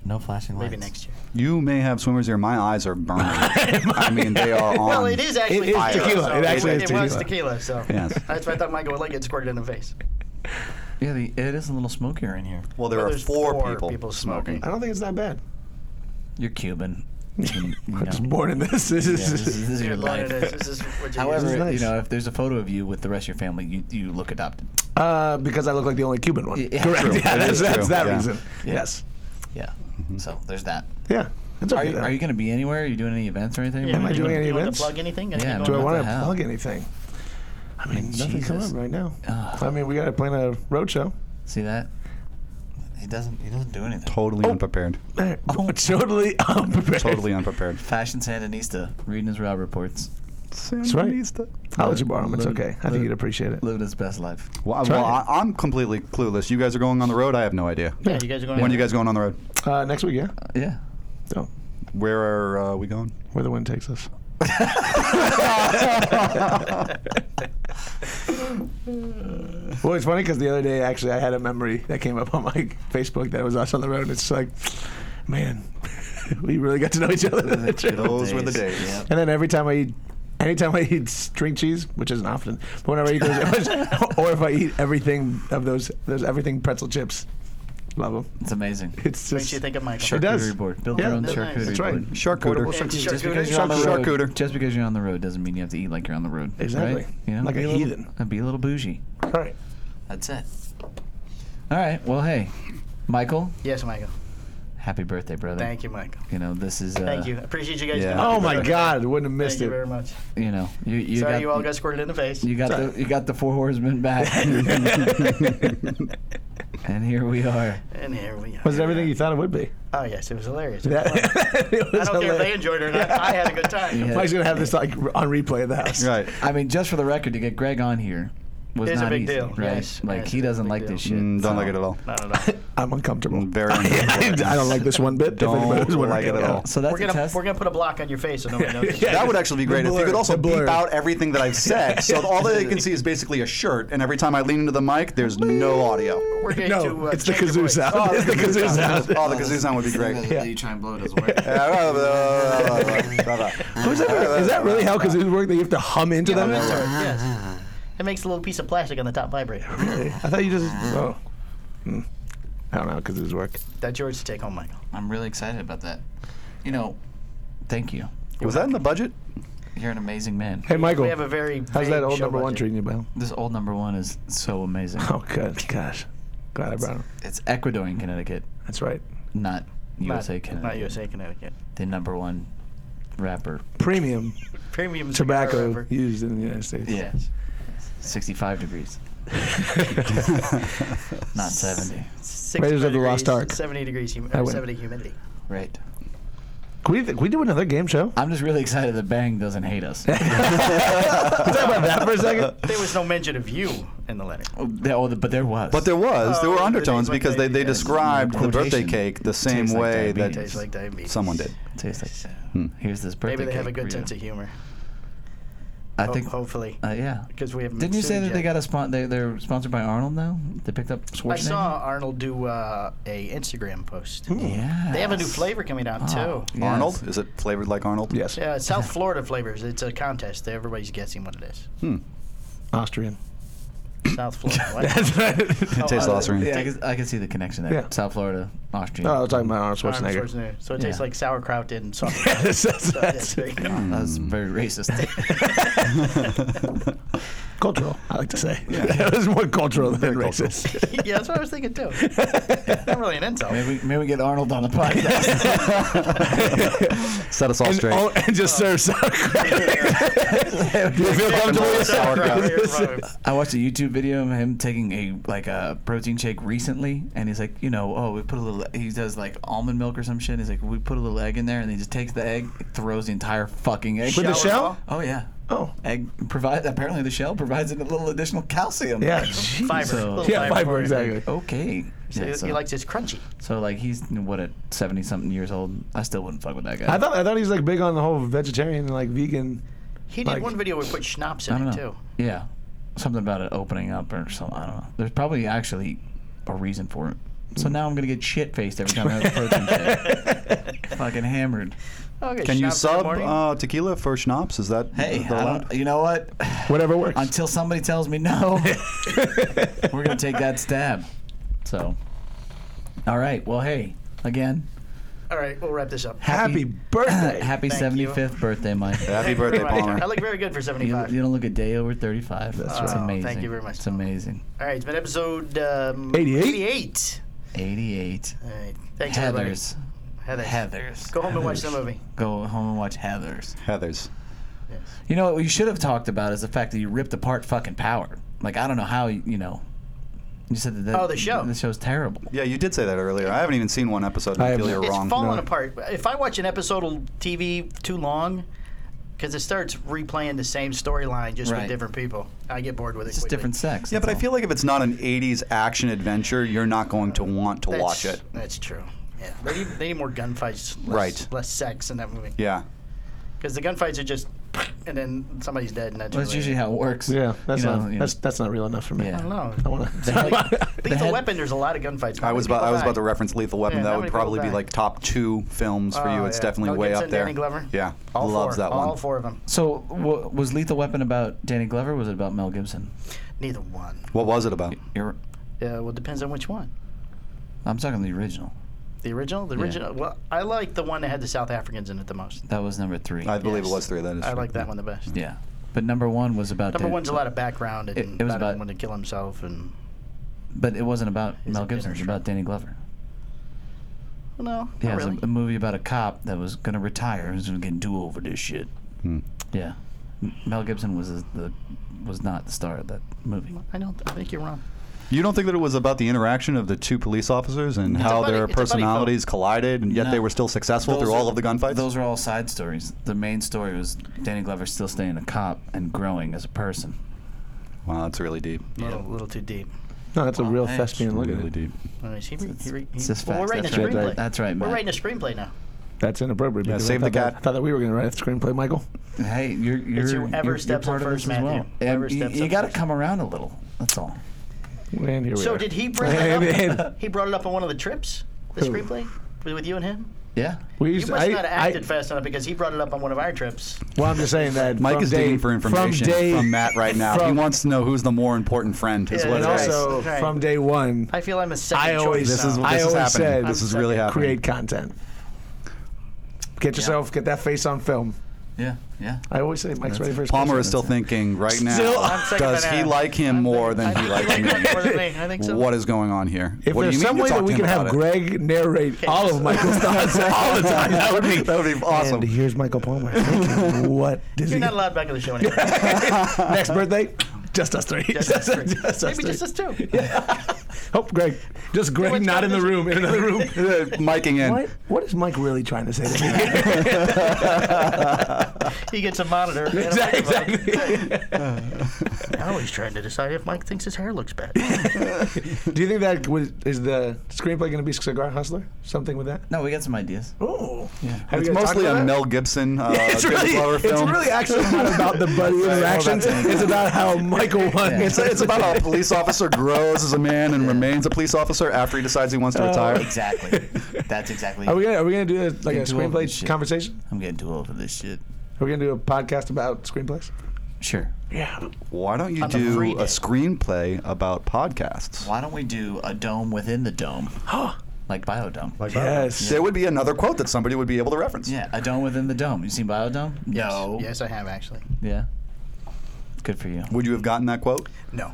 [SPEAKER 5] No flashing lights.
[SPEAKER 1] Maybe next year.
[SPEAKER 2] You may have swimmers here. My eyes are burning. I mean, they are on.
[SPEAKER 1] Well, it is actually
[SPEAKER 4] is
[SPEAKER 1] fire,
[SPEAKER 4] tequila.
[SPEAKER 1] so
[SPEAKER 4] It actually
[SPEAKER 1] it,
[SPEAKER 4] is
[SPEAKER 1] was
[SPEAKER 4] tequila.
[SPEAKER 1] tequila. So
[SPEAKER 2] Yes.
[SPEAKER 1] that's why I thought Mike would like it squirted in the face.
[SPEAKER 5] Yeah, the, it is a little smokier in here.
[SPEAKER 2] Well, there
[SPEAKER 1] Well,
[SPEAKER 2] are
[SPEAKER 1] there's
[SPEAKER 2] four,
[SPEAKER 1] four
[SPEAKER 2] people,
[SPEAKER 1] people
[SPEAKER 2] smoking.
[SPEAKER 1] smoking.
[SPEAKER 4] I don't think it's that bad.
[SPEAKER 5] You're Cuban. You can- you know.
[SPEAKER 4] I'm just born in this. This
[SPEAKER 5] Yeah, this
[SPEAKER 4] is
[SPEAKER 5] is, this is your
[SPEAKER 1] Dude, Lord,
[SPEAKER 5] life.
[SPEAKER 1] it is. This is what you
[SPEAKER 5] However,
[SPEAKER 1] use.
[SPEAKER 4] is nice.
[SPEAKER 5] you know, if there's a photo of you with the rest of your family, you, you look adopted.
[SPEAKER 4] uh, because I look like the only Cuban one.
[SPEAKER 5] Yeah,
[SPEAKER 4] Correct.
[SPEAKER 5] true.
[SPEAKER 4] Yeah,
[SPEAKER 2] It
[SPEAKER 4] that's,
[SPEAKER 2] is
[SPEAKER 4] that's
[SPEAKER 2] true.
[SPEAKER 4] that
[SPEAKER 2] Yeah.
[SPEAKER 4] reason.
[SPEAKER 5] Yeah.
[SPEAKER 4] Yes.
[SPEAKER 5] Yeah. So
[SPEAKER 4] Mm-hmm.
[SPEAKER 5] there's that.
[SPEAKER 4] Yeah. That's
[SPEAKER 5] Are
[SPEAKER 4] okay.
[SPEAKER 5] you,
[SPEAKER 4] though.
[SPEAKER 5] are you going to be anywhere? Are you doing any events or anything?
[SPEAKER 4] Am I
[SPEAKER 1] you
[SPEAKER 4] doing
[SPEAKER 1] want-
[SPEAKER 4] any
[SPEAKER 1] you want
[SPEAKER 4] events?
[SPEAKER 1] to plug anything? anything
[SPEAKER 5] Yeah,
[SPEAKER 1] going
[SPEAKER 4] Do I
[SPEAKER 1] on?
[SPEAKER 4] want to
[SPEAKER 5] hell?
[SPEAKER 4] plug anything? I mean, nothing come
[SPEAKER 5] Jesus.
[SPEAKER 4] up right now.
[SPEAKER 5] Ugh.
[SPEAKER 4] I mean, we got to plan a road show.
[SPEAKER 5] See that? He doesn't. He doesn't do anything.
[SPEAKER 2] Totally unprepared.
[SPEAKER 4] Oh, totally unprepared.
[SPEAKER 2] Totally unprepared.
[SPEAKER 5] Fashion Sandinista reading his raw reports,
[SPEAKER 2] That's
[SPEAKER 4] right. I'll let you borrow them. It's okay. I think
[SPEAKER 5] Look.
[SPEAKER 4] you'd appreciate it.
[SPEAKER 5] living his best life.
[SPEAKER 2] Well,
[SPEAKER 4] Try
[SPEAKER 2] well I,
[SPEAKER 4] it.
[SPEAKER 2] I'm completely clueless. You guys are going on the road. I have no idea.
[SPEAKER 1] Yeah, you guys are going.
[SPEAKER 2] When are you guys going on the road?
[SPEAKER 4] Uh, next week, yeah.
[SPEAKER 5] Yeah.
[SPEAKER 4] Oh,
[SPEAKER 2] Where are uh, we going?
[SPEAKER 4] where the wind takes us. Well, it's funny because the other day, actually, I had a memory that came up on my Facebook that was us on the road. And it's like, man, we really got to know each other. on that trip.
[SPEAKER 2] Those were the
[SPEAKER 5] Days.
[SPEAKER 2] days.
[SPEAKER 5] Yep.
[SPEAKER 4] And then every time I eat, anytime I eat string cheese, which isn't often, but whenever I eat those, or if I eat everything of those, those everything pretzel chips, love them.
[SPEAKER 5] It's amazing.
[SPEAKER 4] It's
[SPEAKER 1] Makes
[SPEAKER 4] just
[SPEAKER 1] you think of Michael.
[SPEAKER 4] It does.
[SPEAKER 5] Charcuterie board. Build
[SPEAKER 4] Yeah,
[SPEAKER 5] your own
[SPEAKER 1] that's nice.
[SPEAKER 5] charcuterie
[SPEAKER 4] That's right.
[SPEAKER 5] board.
[SPEAKER 2] Charcuter.
[SPEAKER 4] Portable
[SPEAKER 1] It's
[SPEAKER 5] Just
[SPEAKER 1] charcuterie.
[SPEAKER 5] because you're on the road,
[SPEAKER 2] Charcuter.
[SPEAKER 5] just because you're on the road doesn't mean you have to eat like you're on the road. right?
[SPEAKER 4] Exactly.
[SPEAKER 5] You know,
[SPEAKER 4] Like
[SPEAKER 5] be
[SPEAKER 4] a
[SPEAKER 5] little-
[SPEAKER 4] heathen.
[SPEAKER 5] and be a little bougie.
[SPEAKER 4] All right.
[SPEAKER 5] That's it. All right. Well, hey, Michael,
[SPEAKER 1] Yes, Michael.
[SPEAKER 5] happy birthday, brother.
[SPEAKER 1] Thank you, Michael.
[SPEAKER 5] you. know, this is. Uh,
[SPEAKER 1] Thank you. Appreciate you guys.
[SPEAKER 2] Yeah.
[SPEAKER 1] doing
[SPEAKER 4] Oh
[SPEAKER 1] it.
[SPEAKER 4] my God! Wouldn't have missed
[SPEAKER 1] Thank you
[SPEAKER 4] it.
[SPEAKER 1] very much.
[SPEAKER 5] You know, you, you
[SPEAKER 1] Sorry,
[SPEAKER 5] got
[SPEAKER 1] you all got squirted in the face.
[SPEAKER 5] you got the you got the four horsemen back, and here we are.
[SPEAKER 1] and here we are.
[SPEAKER 4] Was it everything you thought it would be?
[SPEAKER 1] Oh yes, it was hilarious. It was
[SPEAKER 4] That,
[SPEAKER 1] fun.
[SPEAKER 4] it
[SPEAKER 1] I
[SPEAKER 4] was
[SPEAKER 1] don't care if
[SPEAKER 4] hilarious.
[SPEAKER 1] they enjoyed it or not. I had a good time.
[SPEAKER 5] Yeah.
[SPEAKER 4] Mike's gonna have this like on replay of the house.
[SPEAKER 2] Right.
[SPEAKER 5] I mean, just for the record, to get Greg on here was
[SPEAKER 1] It's a
[SPEAKER 5] not
[SPEAKER 1] big
[SPEAKER 5] easy,
[SPEAKER 1] deal.
[SPEAKER 5] right?
[SPEAKER 1] Yes,
[SPEAKER 5] like
[SPEAKER 1] yes,
[SPEAKER 5] he
[SPEAKER 1] it's a
[SPEAKER 5] doesn't
[SPEAKER 1] big
[SPEAKER 5] like
[SPEAKER 1] deal.
[SPEAKER 5] this shit.
[SPEAKER 2] Mm, don't
[SPEAKER 5] so-
[SPEAKER 2] like it at all.
[SPEAKER 1] Not at all.
[SPEAKER 4] I'm uncomfortable.
[SPEAKER 2] Very
[SPEAKER 4] I
[SPEAKER 2] uncomfortable.
[SPEAKER 4] don't like this one bit.
[SPEAKER 2] Don't
[SPEAKER 4] if anybody was wondering.
[SPEAKER 2] like it at all.
[SPEAKER 5] So that's
[SPEAKER 1] We're
[SPEAKER 5] a
[SPEAKER 1] gonna
[SPEAKER 5] test.
[SPEAKER 1] we're gonna put a block on your face so nobody knows.
[SPEAKER 4] Yeah.
[SPEAKER 2] That would actually be great if you
[SPEAKER 4] blur,
[SPEAKER 2] could also
[SPEAKER 4] the blur.
[SPEAKER 2] beep out everything that I've said. So all that they can see is basically a shirt, and every time I lean into the mic, there's no audio.
[SPEAKER 1] We're going
[SPEAKER 4] No,
[SPEAKER 1] to. Uh,
[SPEAKER 4] it's the
[SPEAKER 1] change your
[SPEAKER 4] kazoo
[SPEAKER 1] voice.
[SPEAKER 4] sound.
[SPEAKER 1] Oh,
[SPEAKER 4] it's the kazoo sound.
[SPEAKER 2] Oh, the kazoo sound would be great.
[SPEAKER 5] Yeah. You try and blow it doesn't work.
[SPEAKER 4] Who's that, is that really how kazoos work? That you have to hum into
[SPEAKER 1] yeah,
[SPEAKER 4] them?
[SPEAKER 1] that's right, yes. It makes a little piece of plastic on the top vibrate.
[SPEAKER 4] Really? I thought you just. Oh. Hmm. I don't know how kazoos work.
[SPEAKER 1] That's yours to take home, Michael.
[SPEAKER 5] I'm really excited about that. You know, thank you.
[SPEAKER 2] Was that in the budget?
[SPEAKER 5] You're an amazing man.
[SPEAKER 4] Hey, Michael.
[SPEAKER 1] We have a very.
[SPEAKER 4] how's that
[SPEAKER 1] vague
[SPEAKER 4] old
[SPEAKER 1] show
[SPEAKER 4] number one
[SPEAKER 1] budget.
[SPEAKER 4] treating you, Bill?
[SPEAKER 5] This old number one is so amazing.
[SPEAKER 4] Oh, good. Gosh. Glad I brought him.
[SPEAKER 5] It's Ecuadorian Connecticut,
[SPEAKER 4] That's right.
[SPEAKER 5] not
[SPEAKER 1] Not-
[SPEAKER 5] USA Connecticut.
[SPEAKER 1] Not USA Connecticut.
[SPEAKER 5] The number one rapper.
[SPEAKER 4] Premium
[SPEAKER 1] Premium cigar
[SPEAKER 4] tobacco
[SPEAKER 1] wrapper.
[SPEAKER 4] used in the United States.
[SPEAKER 5] Yeah. 65 degrees, not 70.
[SPEAKER 1] 60
[SPEAKER 4] Raiders of the Lost
[SPEAKER 1] degrees,
[SPEAKER 4] Ark.
[SPEAKER 1] 70 degrees hum-
[SPEAKER 4] I
[SPEAKER 1] or
[SPEAKER 4] win.
[SPEAKER 1] 70 humidity.
[SPEAKER 5] Right.
[SPEAKER 4] Can we, can we do another game show?
[SPEAKER 5] I'm just really excited that Bang doesn't hate us.
[SPEAKER 4] Let's talk about that for a second.
[SPEAKER 1] There was no mention of you in the letter.
[SPEAKER 5] Oh, there- oh, but there was.
[SPEAKER 2] But there was. There were
[SPEAKER 1] Oh,
[SPEAKER 2] undertones
[SPEAKER 1] they- they-
[SPEAKER 2] because they, they
[SPEAKER 1] yes.
[SPEAKER 2] described the birthday
[SPEAKER 5] Quotation.
[SPEAKER 2] cake the same
[SPEAKER 5] Tastes like
[SPEAKER 2] way
[SPEAKER 5] diabetes.
[SPEAKER 1] Tastes
[SPEAKER 2] that
[SPEAKER 1] like diabetes.
[SPEAKER 2] someone did.
[SPEAKER 5] Tastes like Here's this birthday
[SPEAKER 1] Hmm. Maybe they have a
[SPEAKER 5] cake for
[SPEAKER 1] good
[SPEAKER 5] you.
[SPEAKER 1] sense of humor.
[SPEAKER 5] I
[SPEAKER 1] Ho-
[SPEAKER 5] think.
[SPEAKER 1] hopefully,
[SPEAKER 5] Uh, yeah.
[SPEAKER 1] because we haven't.
[SPEAKER 5] Didn't you say
[SPEAKER 1] sued
[SPEAKER 5] that they
[SPEAKER 1] yet.
[SPEAKER 5] got a spon- they, They're sponsored by Arnold now. They picked up Schwarzenegger.
[SPEAKER 1] I saw Arnold do uh, a Instagram post.
[SPEAKER 5] Yeah.
[SPEAKER 1] They have a new flavor coming out too.
[SPEAKER 5] Yes.
[SPEAKER 2] Arnold? Is it flavored like Arnold?
[SPEAKER 4] Yes.
[SPEAKER 1] Yeah, it's South Florida flavors. It's a contest. Everybody's guessing what it is.
[SPEAKER 4] Austrian.
[SPEAKER 1] South Florida. What?
[SPEAKER 4] That's right.
[SPEAKER 1] Oh,
[SPEAKER 2] Tastes
[SPEAKER 1] uh,
[SPEAKER 2] Austrian.
[SPEAKER 5] Yeah, I can, I can see the connection there.
[SPEAKER 4] Yeah.
[SPEAKER 5] South Florida, Austria.
[SPEAKER 4] No,
[SPEAKER 2] Oh.
[SPEAKER 4] I was talking about Arnold
[SPEAKER 1] Arnold
[SPEAKER 4] Schwarzenegger.
[SPEAKER 1] Schwarzenegger. So it tastes
[SPEAKER 5] Yeah.
[SPEAKER 1] like sauerkraut and something.
[SPEAKER 4] Yes, that's-
[SPEAKER 1] So,
[SPEAKER 4] that's-
[SPEAKER 1] yes, there you go.
[SPEAKER 5] That was
[SPEAKER 2] Hmm.
[SPEAKER 5] very racist.
[SPEAKER 4] cultural, I like to say. it was more cultural than racist.
[SPEAKER 1] yeah, that's what I was thinking too. Not really an insult.
[SPEAKER 5] Maybe we, may we get Arnold on the podcast.
[SPEAKER 2] Set us all
[SPEAKER 4] And,
[SPEAKER 2] straight.
[SPEAKER 4] oh, and just serve sauerkraut. Do you feel comfortable with
[SPEAKER 2] Sauerkraut.
[SPEAKER 4] sauerkraut?
[SPEAKER 5] I watched a YouTube video of him taking a like a protein shake recently, and he's like, you know, oh, we put a little. He does like almond milk or some shit. He's like, we put a little egg in there, and he just takes the egg, throws the entire fucking egg.
[SPEAKER 4] With the shell?
[SPEAKER 5] oh yeah.
[SPEAKER 4] Oh.
[SPEAKER 5] Egg provide apparently the shell provides it a little additional calcium.
[SPEAKER 4] Yeah.
[SPEAKER 1] Fiber.
[SPEAKER 5] So-
[SPEAKER 1] little
[SPEAKER 4] Yeah, fiber,
[SPEAKER 1] for it.
[SPEAKER 4] exactly.
[SPEAKER 5] Okay.
[SPEAKER 1] So
[SPEAKER 5] Yeah,
[SPEAKER 1] he-
[SPEAKER 5] so,
[SPEAKER 1] He likes his crunchy.
[SPEAKER 5] so, like he's what at seventy something years old. I still wouldn't fuck with that guy.
[SPEAKER 4] I thought I thought he's like big on the whole vegetarian and like vegan.
[SPEAKER 1] He did
[SPEAKER 4] Like-
[SPEAKER 1] one video where he put schnapps
[SPEAKER 5] I
[SPEAKER 1] in
[SPEAKER 5] don't
[SPEAKER 1] it
[SPEAKER 5] know.
[SPEAKER 1] too.
[SPEAKER 5] Yeah, something about it opening up or something. I don't know. There's probably actually a reason for it.
[SPEAKER 1] Hmm.
[SPEAKER 5] So now I'm gonna get shit faced every time I have a protein shake. Fucking hammered.
[SPEAKER 1] Okay,
[SPEAKER 2] Can you
[SPEAKER 1] schnapps in the
[SPEAKER 2] sub
[SPEAKER 1] morning.
[SPEAKER 2] uh, tequila for schnapps? Is that
[SPEAKER 5] Hey,
[SPEAKER 2] the
[SPEAKER 5] I
[SPEAKER 2] allowed?
[SPEAKER 5] don't, you know what?
[SPEAKER 4] Whatever works.
[SPEAKER 5] Until somebody tells me no, we're gonna take that stab. So, all right. Well, hey, again,
[SPEAKER 1] All right, we'll wrap this up.
[SPEAKER 4] Happy birthday.
[SPEAKER 5] happy
[SPEAKER 1] Thank you.
[SPEAKER 5] 75th birthday, Mike.
[SPEAKER 2] Happy
[SPEAKER 1] Thank you very
[SPEAKER 2] birthday,
[SPEAKER 1] much.
[SPEAKER 2] Palmer.
[SPEAKER 1] I look very good for
[SPEAKER 5] You,
[SPEAKER 1] 75.
[SPEAKER 5] you don't look a day over 35. That's
[SPEAKER 1] right.
[SPEAKER 5] It's
[SPEAKER 1] Oh,
[SPEAKER 5] amazing.
[SPEAKER 1] thank you very much.
[SPEAKER 5] It's amazing.
[SPEAKER 1] All right, it's been episode um,
[SPEAKER 4] 88?
[SPEAKER 1] 88.
[SPEAKER 5] 88.
[SPEAKER 1] All right, thanks, everybody.
[SPEAKER 5] Heathers.
[SPEAKER 1] Heathers.
[SPEAKER 5] Heathers.
[SPEAKER 1] Go home and watch the movie.
[SPEAKER 5] Go home and watch Heathers.
[SPEAKER 2] Heathers.
[SPEAKER 1] Yes.
[SPEAKER 5] You know what you should have talked about is the fact that you ripped apart fucking power. Like I don't know how you, you know. You said that that-
[SPEAKER 1] Oh, the show.
[SPEAKER 5] The show's terrible.
[SPEAKER 2] Yeah, you did say that earlier. I haven't even seen one episode. and
[SPEAKER 4] I
[SPEAKER 2] I
[SPEAKER 4] have
[SPEAKER 2] feel
[SPEAKER 4] not.
[SPEAKER 2] you're
[SPEAKER 1] It's
[SPEAKER 2] wrong.
[SPEAKER 1] falling apart. If I watch an episode of TV too long, because it starts replaying the same storyline just
[SPEAKER 5] Right.
[SPEAKER 1] with different people, I get bored with it.
[SPEAKER 5] It's just
[SPEAKER 1] quickly.
[SPEAKER 5] different sex.
[SPEAKER 2] Yeah, but I
[SPEAKER 5] that's all.
[SPEAKER 2] feel like if it's not an 80s action adventure, you're not going to want to
[SPEAKER 1] That's,
[SPEAKER 2] watch it.
[SPEAKER 1] That's true. Yeah, they need, they need more gunfights, less,
[SPEAKER 2] Right.
[SPEAKER 1] Less sex in that movie
[SPEAKER 2] Yeah.
[SPEAKER 1] because the gunfights are just, and then somebody's dead, and that's,
[SPEAKER 5] Well, that's
[SPEAKER 1] really-
[SPEAKER 5] usually how it works.
[SPEAKER 4] yeah, that's
[SPEAKER 5] You know,
[SPEAKER 4] not
[SPEAKER 5] you know.
[SPEAKER 4] that's that's not real enough for me.
[SPEAKER 5] Yeah.
[SPEAKER 1] I don't know.
[SPEAKER 4] I want to.
[SPEAKER 1] Lethal
[SPEAKER 5] head-
[SPEAKER 1] Weapon. There's a lot of gunfights.
[SPEAKER 2] I was about I was about to reference Lethal Weapon.
[SPEAKER 1] Yeah,
[SPEAKER 2] that
[SPEAKER 1] how
[SPEAKER 2] would
[SPEAKER 1] many people
[SPEAKER 2] probably be
[SPEAKER 1] die?
[SPEAKER 2] like top two films for you.
[SPEAKER 1] Oh,
[SPEAKER 2] It's
[SPEAKER 1] yeah.
[SPEAKER 2] definitely
[SPEAKER 1] Mel
[SPEAKER 2] way up
[SPEAKER 1] Gibson,
[SPEAKER 2] there.
[SPEAKER 1] Danny Glover?
[SPEAKER 2] Yeah,
[SPEAKER 1] All
[SPEAKER 2] loves
[SPEAKER 1] four,
[SPEAKER 2] that
[SPEAKER 1] all
[SPEAKER 2] one.
[SPEAKER 1] four of them.
[SPEAKER 5] So w- was Lethal Weapon about Danny Glover? Or was it about Mel Gibson?
[SPEAKER 1] Neither one.
[SPEAKER 2] What was it about?
[SPEAKER 5] You're,
[SPEAKER 1] Yeah, well, depends on which one.
[SPEAKER 5] I'm talking the original.
[SPEAKER 1] The original, the
[SPEAKER 5] Yeah.
[SPEAKER 1] original. Well, I like the one that had the South Africans in it the most.
[SPEAKER 5] That was number three.
[SPEAKER 2] I believe
[SPEAKER 1] Yes.
[SPEAKER 2] it was three. That is.
[SPEAKER 1] I
[SPEAKER 2] true.
[SPEAKER 1] like that one the best.
[SPEAKER 5] yeah, but number one was about
[SPEAKER 1] Number
[SPEAKER 5] Dan-
[SPEAKER 1] one's a lot of background and
[SPEAKER 5] It- it was about-
[SPEAKER 1] when to kill himself and
[SPEAKER 5] But it wasn't about
[SPEAKER 1] Is
[SPEAKER 5] Mel
[SPEAKER 1] it dinner
[SPEAKER 5] Gibson. It was
[SPEAKER 1] show?
[SPEAKER 5] about Danny Glover.
[SPEAKER 1] well, no,
[SPEAKER 5] Yeah,
[SPEAKER 1] not
[SPEAKER 5] it was
[SPEAKER 1] really.
[SPEAKER 5] a, a movie about a cop that was gonna retire and was gonna get do over this shit.
[SPEAKER 2] Hmm.
[SPEAKER 5] Yeah, M- Mel Gibson was the was not the star of that movie.
[SPEAKER 1] I don't. I think you're wrong.
[SPEAKER 2] You don't think that it was about the interaction of the two police officers and how
[SPEAKER 1] buddy-
[SPEAKER 2] their
[SPEAKER 1] it's a buddy film.
[SPEAKER 2] personalities collided, and yet
[SPEAKER 5] No.
[SPEAKER 2] they were still successful
[SPEAKER 5] Those
[SPEAKER 2] through all
[SPEAKER 5] are-
[SPEAKER 2] of the gunfights?
[SPEAKER 5] Those are all side stories. The main story was Danny Glover still staying a cop and growing as a person.
[SPEAKER 2] Wow, that's really deep.
[SPEAKER 1] A little, little too deep.
[SPEAKER 4] No, that's a
[SPEAKER 5] Well,
[SPEAKER 4] real
[SPEAKER 5] thanks.
[SPEAKER 4] thespian look at
[SPEAKER 2] really
[SPEAKER 4] it.
[SPEAKER 2] deep.
[SPEAKER 1] All right, he, re- he, re- he,
[SPEAKER 5] it's just
[SPEAKER 1] well, we're writing
[SPEAKER 5] facts.
[SPEAKER 1] a
[SPEAKER 4] That's
[SPEAKER 1] screenplay.
[SPEAKER 4] right.
[SPEAKER 5] That's right,
[SPEAKER 1] We're
[SPEAKER 5] Matt.
[SPEAKER 1] writing a screenplay now.
[SPEAKER 4] That's inappropriate. because I
[SPEAKER 2] save the
[SPEAKER 4] thought that-
[SPEAKER 2] cat.
[SPEAKER 4] I thought that we were going to write a screenplay, Michael.
[SPEAKER 5] Hey, you're you're
[SPEAKER 1] It's whoever
[SPEAKER 5] you're- you're
[SPEAKER 1] steps
[SPEAKER 5] part
[SPEAKER 1] up
[SPEAKER 5] of
[SPEAKER 1] first,
[SPEAKER 5] this as
[SPEAKER 1] Matthew.
[SPEAKER 5] well.
[SPEAKER 1] Whoever
[SPEAKER 5] And you-
[SPEAKER 1] steps
[SPEAKER 5] you
[SPEAKER 1] up
[SPEAKER 5] got to
[SPEAKER 1] first.
[SPEAKER 5] come around a little. That's all.
[SPEAKER 4] And here we
[SPEAKER 1] So
[SPEAKER 4] are.
[SPEAKER 1] did he bring
[SPEAKER 4] And-
[SPEAKER 1] it up?
[SPEAKER 4] and-
[SPEAKER 1] He brought it up on one of the trips. The
[SPEAKER 4] Who?
[SPEAKER 1] screenplay with with you and him.
[SPEAKER 5] Yeah.
[SPEAKER 4] We
[SPEAKER 1] You
[SPEAKER 4] used,
[SPEAKER 1] must
[SPEAKER 4] I,
[SPEAKER 1] not have acted
[SPEAKER 4] I,
[SPEAKER 1] fast enough because he brought it up on one of our trips.
[SPEAKER 4] Well, I'm just saying that
[SPEAKER 2] Mike
[SPEAKER 4] from
[SPEAKER 2] is
[SPEAKER 4] day,
[SPEAKER 2] digging for information
[SPEAKER 4] from,
[SPEAKER 2] from,
[SPEAKER 4] day,
[SPEAKER 2] Matt right now.
[SPEAKER 4] from-
[SPEAKER 2] he wants to know who's the more important friend. Is
[SPEAKER 1] Yeah,
[SPEAKER 2] what
[SPEAKER 4] And
[SPEAKER 2] it
[SPEAKER 1] That's right.
[SPEAKER 4] also
[SPEAKER 1] That's right.
[SPEAKER 4] from day one,
[SPEAKER 1] I feel I'm a second
[SPEAKER 4] I always-
[SPEAKER 1] choice.
[SPEAKER 2] This is
[SPEAKER 1] now.
[SPEAKER 2] this
[SPEAKER 4] I
[SPEAKER 2] is
[SPEAKER 4] always
[SPEAKER 2] happening.
[SPEAKER 4] said-
[SPEAKER 2] this is
[SPEAKER 1] I'm
[SPEAKER 2] really happening.
[SPEAKER 4] create content. Get yourself, get that face on film.
[SPEAKER 5] Yeah. Yeah.
[SPEAKER 4] I always say Mike's ready for his
[SPEAKER 2] Palmer
[SPEAKER 4] person.
[SPEAKER 2] is still thinking right now.
[SPEAKER 4] Still- I'm
[SPEAKER 1] second
[SPEAKER 2] does
[SPEAKER 1] to
[SPEAKER 2] he
[SPEAKER 1] that.
[SPEAKER 2] like him more
[SPEAKER 1] I
[SPEAKER 2] than
[SPEAKER 1] think
[SPEAKER 2] he likes
[SPEAKER 1] he
[SPEAKER 2] me?
[SPEAKER 1] likes me more than me. I think so.
[SPEAKER 2] What is going on here?
[SPEAKER 4] If
[SPEAKER 2] what do
[SPEAKER 4] there's
[SPEAKER 2] you mean
[SPEAKER 4] some
[SPEAKER 2] you
[SPEAKER 4] way
[SPEAKER 2] talk
[SPEAKER 4] that
[SPEAKER 2] to
[SPEAKER 4] we
[SPEAKER 2] him
[SPEAKER 4] can have
[SPEAKER 2] about it?
[SPEAKER 4] Greg narrate all of Michael's thoughts all the time, that would be
[SPEAKER 2] That would be awesome.
[SPEAKER 4] And here's Michael Palmer. thinking, what does
[SPEAKER 1] You're
[SPEAKER 4] he
[SPEAKER 1] not allowed back on the show anymore.
[SPEAKER 4] next birthday? Just us three.
[SPEAKER 1] Just us three.
[SPEAKER 4] Just us
[SPEAKER 1] Maybe just us two.
[SPEAKER 4] Oh, Greg. Just Greg,
[SPEAKER 1] what's
[SPEAKER 4] not in the
[SPEAKER 1] going
[SPEAKER 4] room, in another room. uh,
[SPEAKER 2] Miking in.
[SPEAKER 4] What? What is Mike really trying to say to me?
[SPEAKER 1] He gets a monitor. and a
[SPEAKER 4] Exactly.
[SPEAKER 1] microphone. Now he's trying to decide if Mike thinks his hair looks bad.
[SPEAKER 4] Do you think that was, is the screenplay going to be Cigar Hustler? Something with that?
[SPEAKER 5] No, we got some ideas.
[SPEAKER 4] Oh, yeah.
[SPEAKER 2] It's mostly a Mel Gibson uh,
[SPEAKER 4] It's
[SPEAKER 2] David
[SPEAKER 4] really,
[SPEAKER 2] Glover
[SPEAKER 4] it's
[SPEAKER 2] film.
[SPEAKER 4] really actually not about the buddy interactions. It's about how Michael won.
[SPEAKER 2] It's, it's about how a police officer grows as a man and remains a police officer after he decides he
[SPEAKER 4] Uh,
[SPEAKER 2] wants to retire.
[SPEAKER 5] Exactly. That's exactly.
[SPEAKER 4] Are we gonna are we gonna do a, like a
[SPEAKER 5] Get to all this
[SPEAKER 4] screenplay
[SPEAKER 5] shit.
[SPEAKER 4] conversation?
[SPEAKER 5] I'm getting too old for this shit.
[SPEAKER 4] Are we gonna do a podcast about screenplays?
[SPEAKER 5] Sure.
[SPEAKER 4] Yeah.
[SPEAKER 2] Why don't you
[SPEAKER 1] On the
[SPEAKER 2] do
[SPEAKER 1] free
[SPEAKER 2] a
[SPEAKER 1] day.
[SPEAKER 2] screenplay about podcasts?
[SPEAKER 5] Why don't we do a dome within the dome? like Biodome.
[SPEAKER 1] uh,
[SPEAKER 4] Yes.
[SPEAKER 2] There would be another quote that somebody would be able to reference.
[SPEAKER 5] yeah, a dome within the dome. You seen Biodome? No.
[SPEAKER 1] yes, I have actually.
[SPEAKER 5] Yeah. Good for you.
[SPEAKER 2] Would you have gotten that quote?
[SPEAKER 1] No.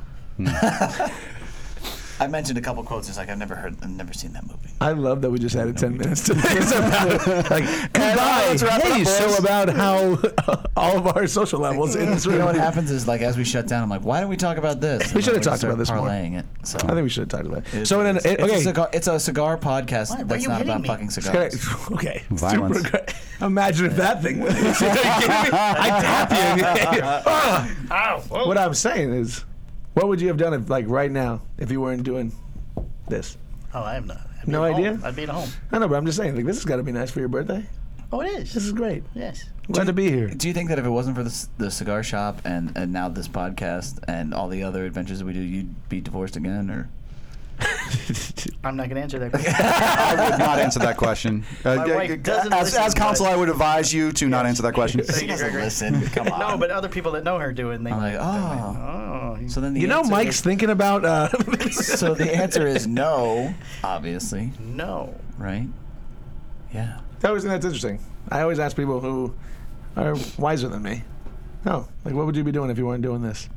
[SPEAKER 5] I mentioned a couple quotes. It's like I've never heard, I've never seen that movie.
[SPEAKER 4] I love that we just added ten minutes to this. about, like goodbye.
[SPEAKER 2] let's wrap it up,
[SPEAKER 4] Hey, so
[SPEAKER 2] boys.
[SPEAKER 4] about how all of our social levels in this
[SPEAKER 5] You know
[SPEAKER 4] room.
[SPEAKER 5] what happens is like as we shut down, I'm like, why don't we talk about this?
[SPEAKER 4] We
[SPEAKER 5] And then
[SPEAKER 4] should've
[SPEAKER 5] just
[SPEAKER 4] talked about
[SPEAKER 5] start
[SPEAKER 4] this more.
[SPEAKER 5] parlaying it. So
[SPEAKER 4] I think we should have talked about it.
[SPEAKER 5] It-
[SPEAKER 4] So in an,
[SPEAKER 5] it's,
[SPEAKER 4] it,
[SPEAKER 5] it's a
[SPEAKER 4] okay.
[SPEAKER 5] cigar, it's a cigar podcast
[SPEAKER 1] Why- why are
[SPEAKER 5] that's
[SPEAKER 1] you
[SPEAKER 5] not
[SPEAKER 1] hitting
[SPEAKER 5] about
[SPEAKER 1] me?
[SPEAKER 5] fucking
[SPEAKER 4] Okay,
[SPEAKER 5] cigars.
[SPEAKER 4] okay.
[SPEAKER 2] Violence.
[SPEAKER 4] Super great. Imagine if that thing was. I tap you. in the- Ah!
[SPEAKER 1] Ow. Whoa.
[SPEAKER 4] What I'm saying is, what would you have done if, like, right now, if you weren't doing this?
[SPEAKER 1] Oh, I have not. I'd be
[SPEAKER 4] No
[SPEAKER 1] at home.
[SPEAKER 4] idea?
[SPEAKER 1] I'd be at home.
[SPEAKER 4] I know, but I'm just saying, like, this has got to be nice for your birthday.
[SPEAKER 1] Oh, it is.
[SPEAKER 4] This is great.
[SPEAKER 1] Yes.
[SPEAKER 4] Glad to be here.
[SPEAKER 5] Do you think that if it wasn't for the, c- the cigar shop and, and now this podcast and all the other adventures that we do, you'd be divorced again? Or
[SPEAKER 1] I'm not going to answer that question.
[SPEAKER 2] I would not answer that question. Uh,
[SPEAKER 1] My
[SPEAKER 2] yeah,
[SPEAKER 1] wife
[SPEAKER 2] yeah,
[SPEAKER 1] doesn't
[SPEAKER 2] as,
[SPEAKER 1] listen,
[SPEAKER 2] as counsel,
[SPEAKER 1] but-
[SPEAKER 2] I would advise you to not answer that question.
[SPEAKER 1] Thank you, Gregory.
[SPEAKER 5] listen, come on.
[SPEAKER 1] No, but other people that know her do, and they.
[SPEAKER 5] I'm like, oh.
[SPEAKER 1] oh, he-
[SPEAKER 5] So then the
[SPEAKER 4] You know,
[SPEAKER 5] answer-
[SPEAKER 4] Mike's thinking about. Uh,
[SPEAKER 5] So the answer is no, obviously,
[SPEAKER 1] no.
[SPEAKER 5] right? Yeah.
[SPEAKER 4] I always think that's interesting. I always ask people who are wiser than me. Oh, like, what would you be doing if you weren't doing this?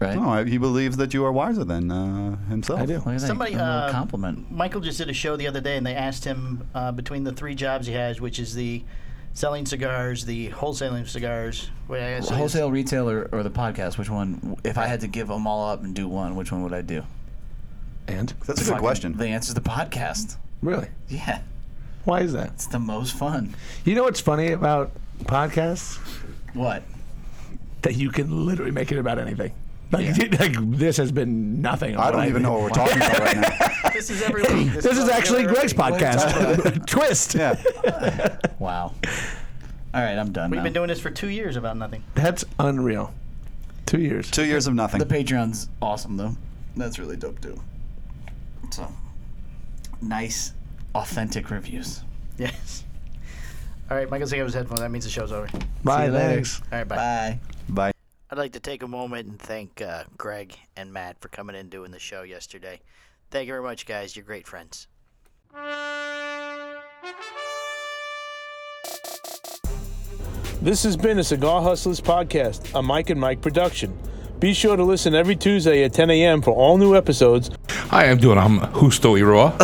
[SPEAKER 5] Right.
[SPEAKER 4] Oh,
[SPEAKER 2] No, I- he believes that you are wiser than uh, himself.
[SPEAKER 4] I do.
[SPEAKER 5] Look at that,
[SPEAKER 1] Somebody,
[SPEAKER 5] a little
[SPEAKER 1] uh,
[SPEAKER 5] compliment.
[SPEAKER 1] Michael just did a show the other day, and they asked him uh, between the three jobs he has, which is the selling cigars, the wholesaling of cigars. Wait, I guess it is-
[SPEAKER 5] Wholesale, retail, or, or the podcast? Which one? If I had to give them all up and do one, which one would I do?
[SPEAKER 4] And?
[SPEAKER 2] That's a good
[SPEAKER 5] Fucking-
[SPEAKER 2] question.
[SPEAKER 5] The answer's the podcast.
[SPEAKER 4] Really?
[SPEAKER 5] Yeah,
[SPEAKER 4] Why is that?
[SPEAKER 5] it's the most fun.
[SPEAKER 4] You know what's funny about podcasts?
[SPEAKER 5] What?
[SPEAKER 4] That you can literally make it about anything. Like, like this has been nothing.
[SPEAKER 2] I don't even know what we're talking about right now.
[SPEAKER 1] This is every week.
[SPEAKER 4] This is
[SPEAKER 1] what we
[SPEAKER 4] actually
[SPEAKER 1] do every
[SPEAKER 4] Greg's
[SPEAKER 1] week.
[SPEAKER 4] podcast. Twist.
[SPEAKER 2] Yeah.
[SPEAKER 5] Wow. All right, I'm done.
[SPEAKER 1] We've
[SPEAKER 5] now.
[SPEAKER 1] been doing this for two years about nothing.
[SPEAKER 4] That's unreal. Two years.
[SPEAKER 2] Two years of nothing.
[SPEAKER 5] the Patreon's awesome though. That's really dope too. So nice, authentic reviews.
[SPEAKER 1] Yes. All right, Michael's taking off his headphones. That means the show's over. All
[SPEAKER 4] Bye.
[SPEAKER 5] you later.
[SPEAKER 4] Thanks.
[SPEAKER 1] right, bye.
[SPEAKER 5] Bye.
[SPEAKER 2] Bye.
[SPEAKER 1] I'd like to take a moment and thank uh, Greg and Matt for coming in and doing the show yesterday. Thank you very much, guys. You're great friends.
[SPEAKER 8] This has been a Cigar Hustlers podcast, a Mike and Mike production. Be sure to listen every Tuesday at 10 a.m. for all new episodes.
[SPEAKER 9] Hi, I'm doing. I'm Husto Iroa.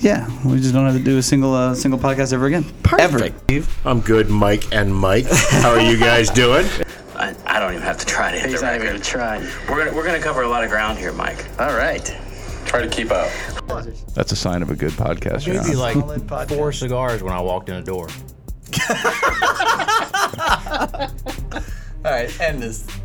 [SPEAKER 10] Yeah, we just don't have to do a single uh, single podcast ever again. Perfect. Ever.
[SPEAKER 11] I'm good, Mike and Mike. How are you guys doing?
[SPEAKER 12] I, I don't even have to try to hit the record.
[SPEAKER 1] try.
[SPEAKER 12] We're gonna we're gonna cover a lot of ground here, Mike.
[SPEAKER 1] All right.
[SPEAKER 13] Try to keep up.
[SPEAKER 9] That's a sign of a good podcast. John.
[SPEAKER 11] Maybe like four cigars when I walked in the door.
[SPEAKER 5] All right, end this.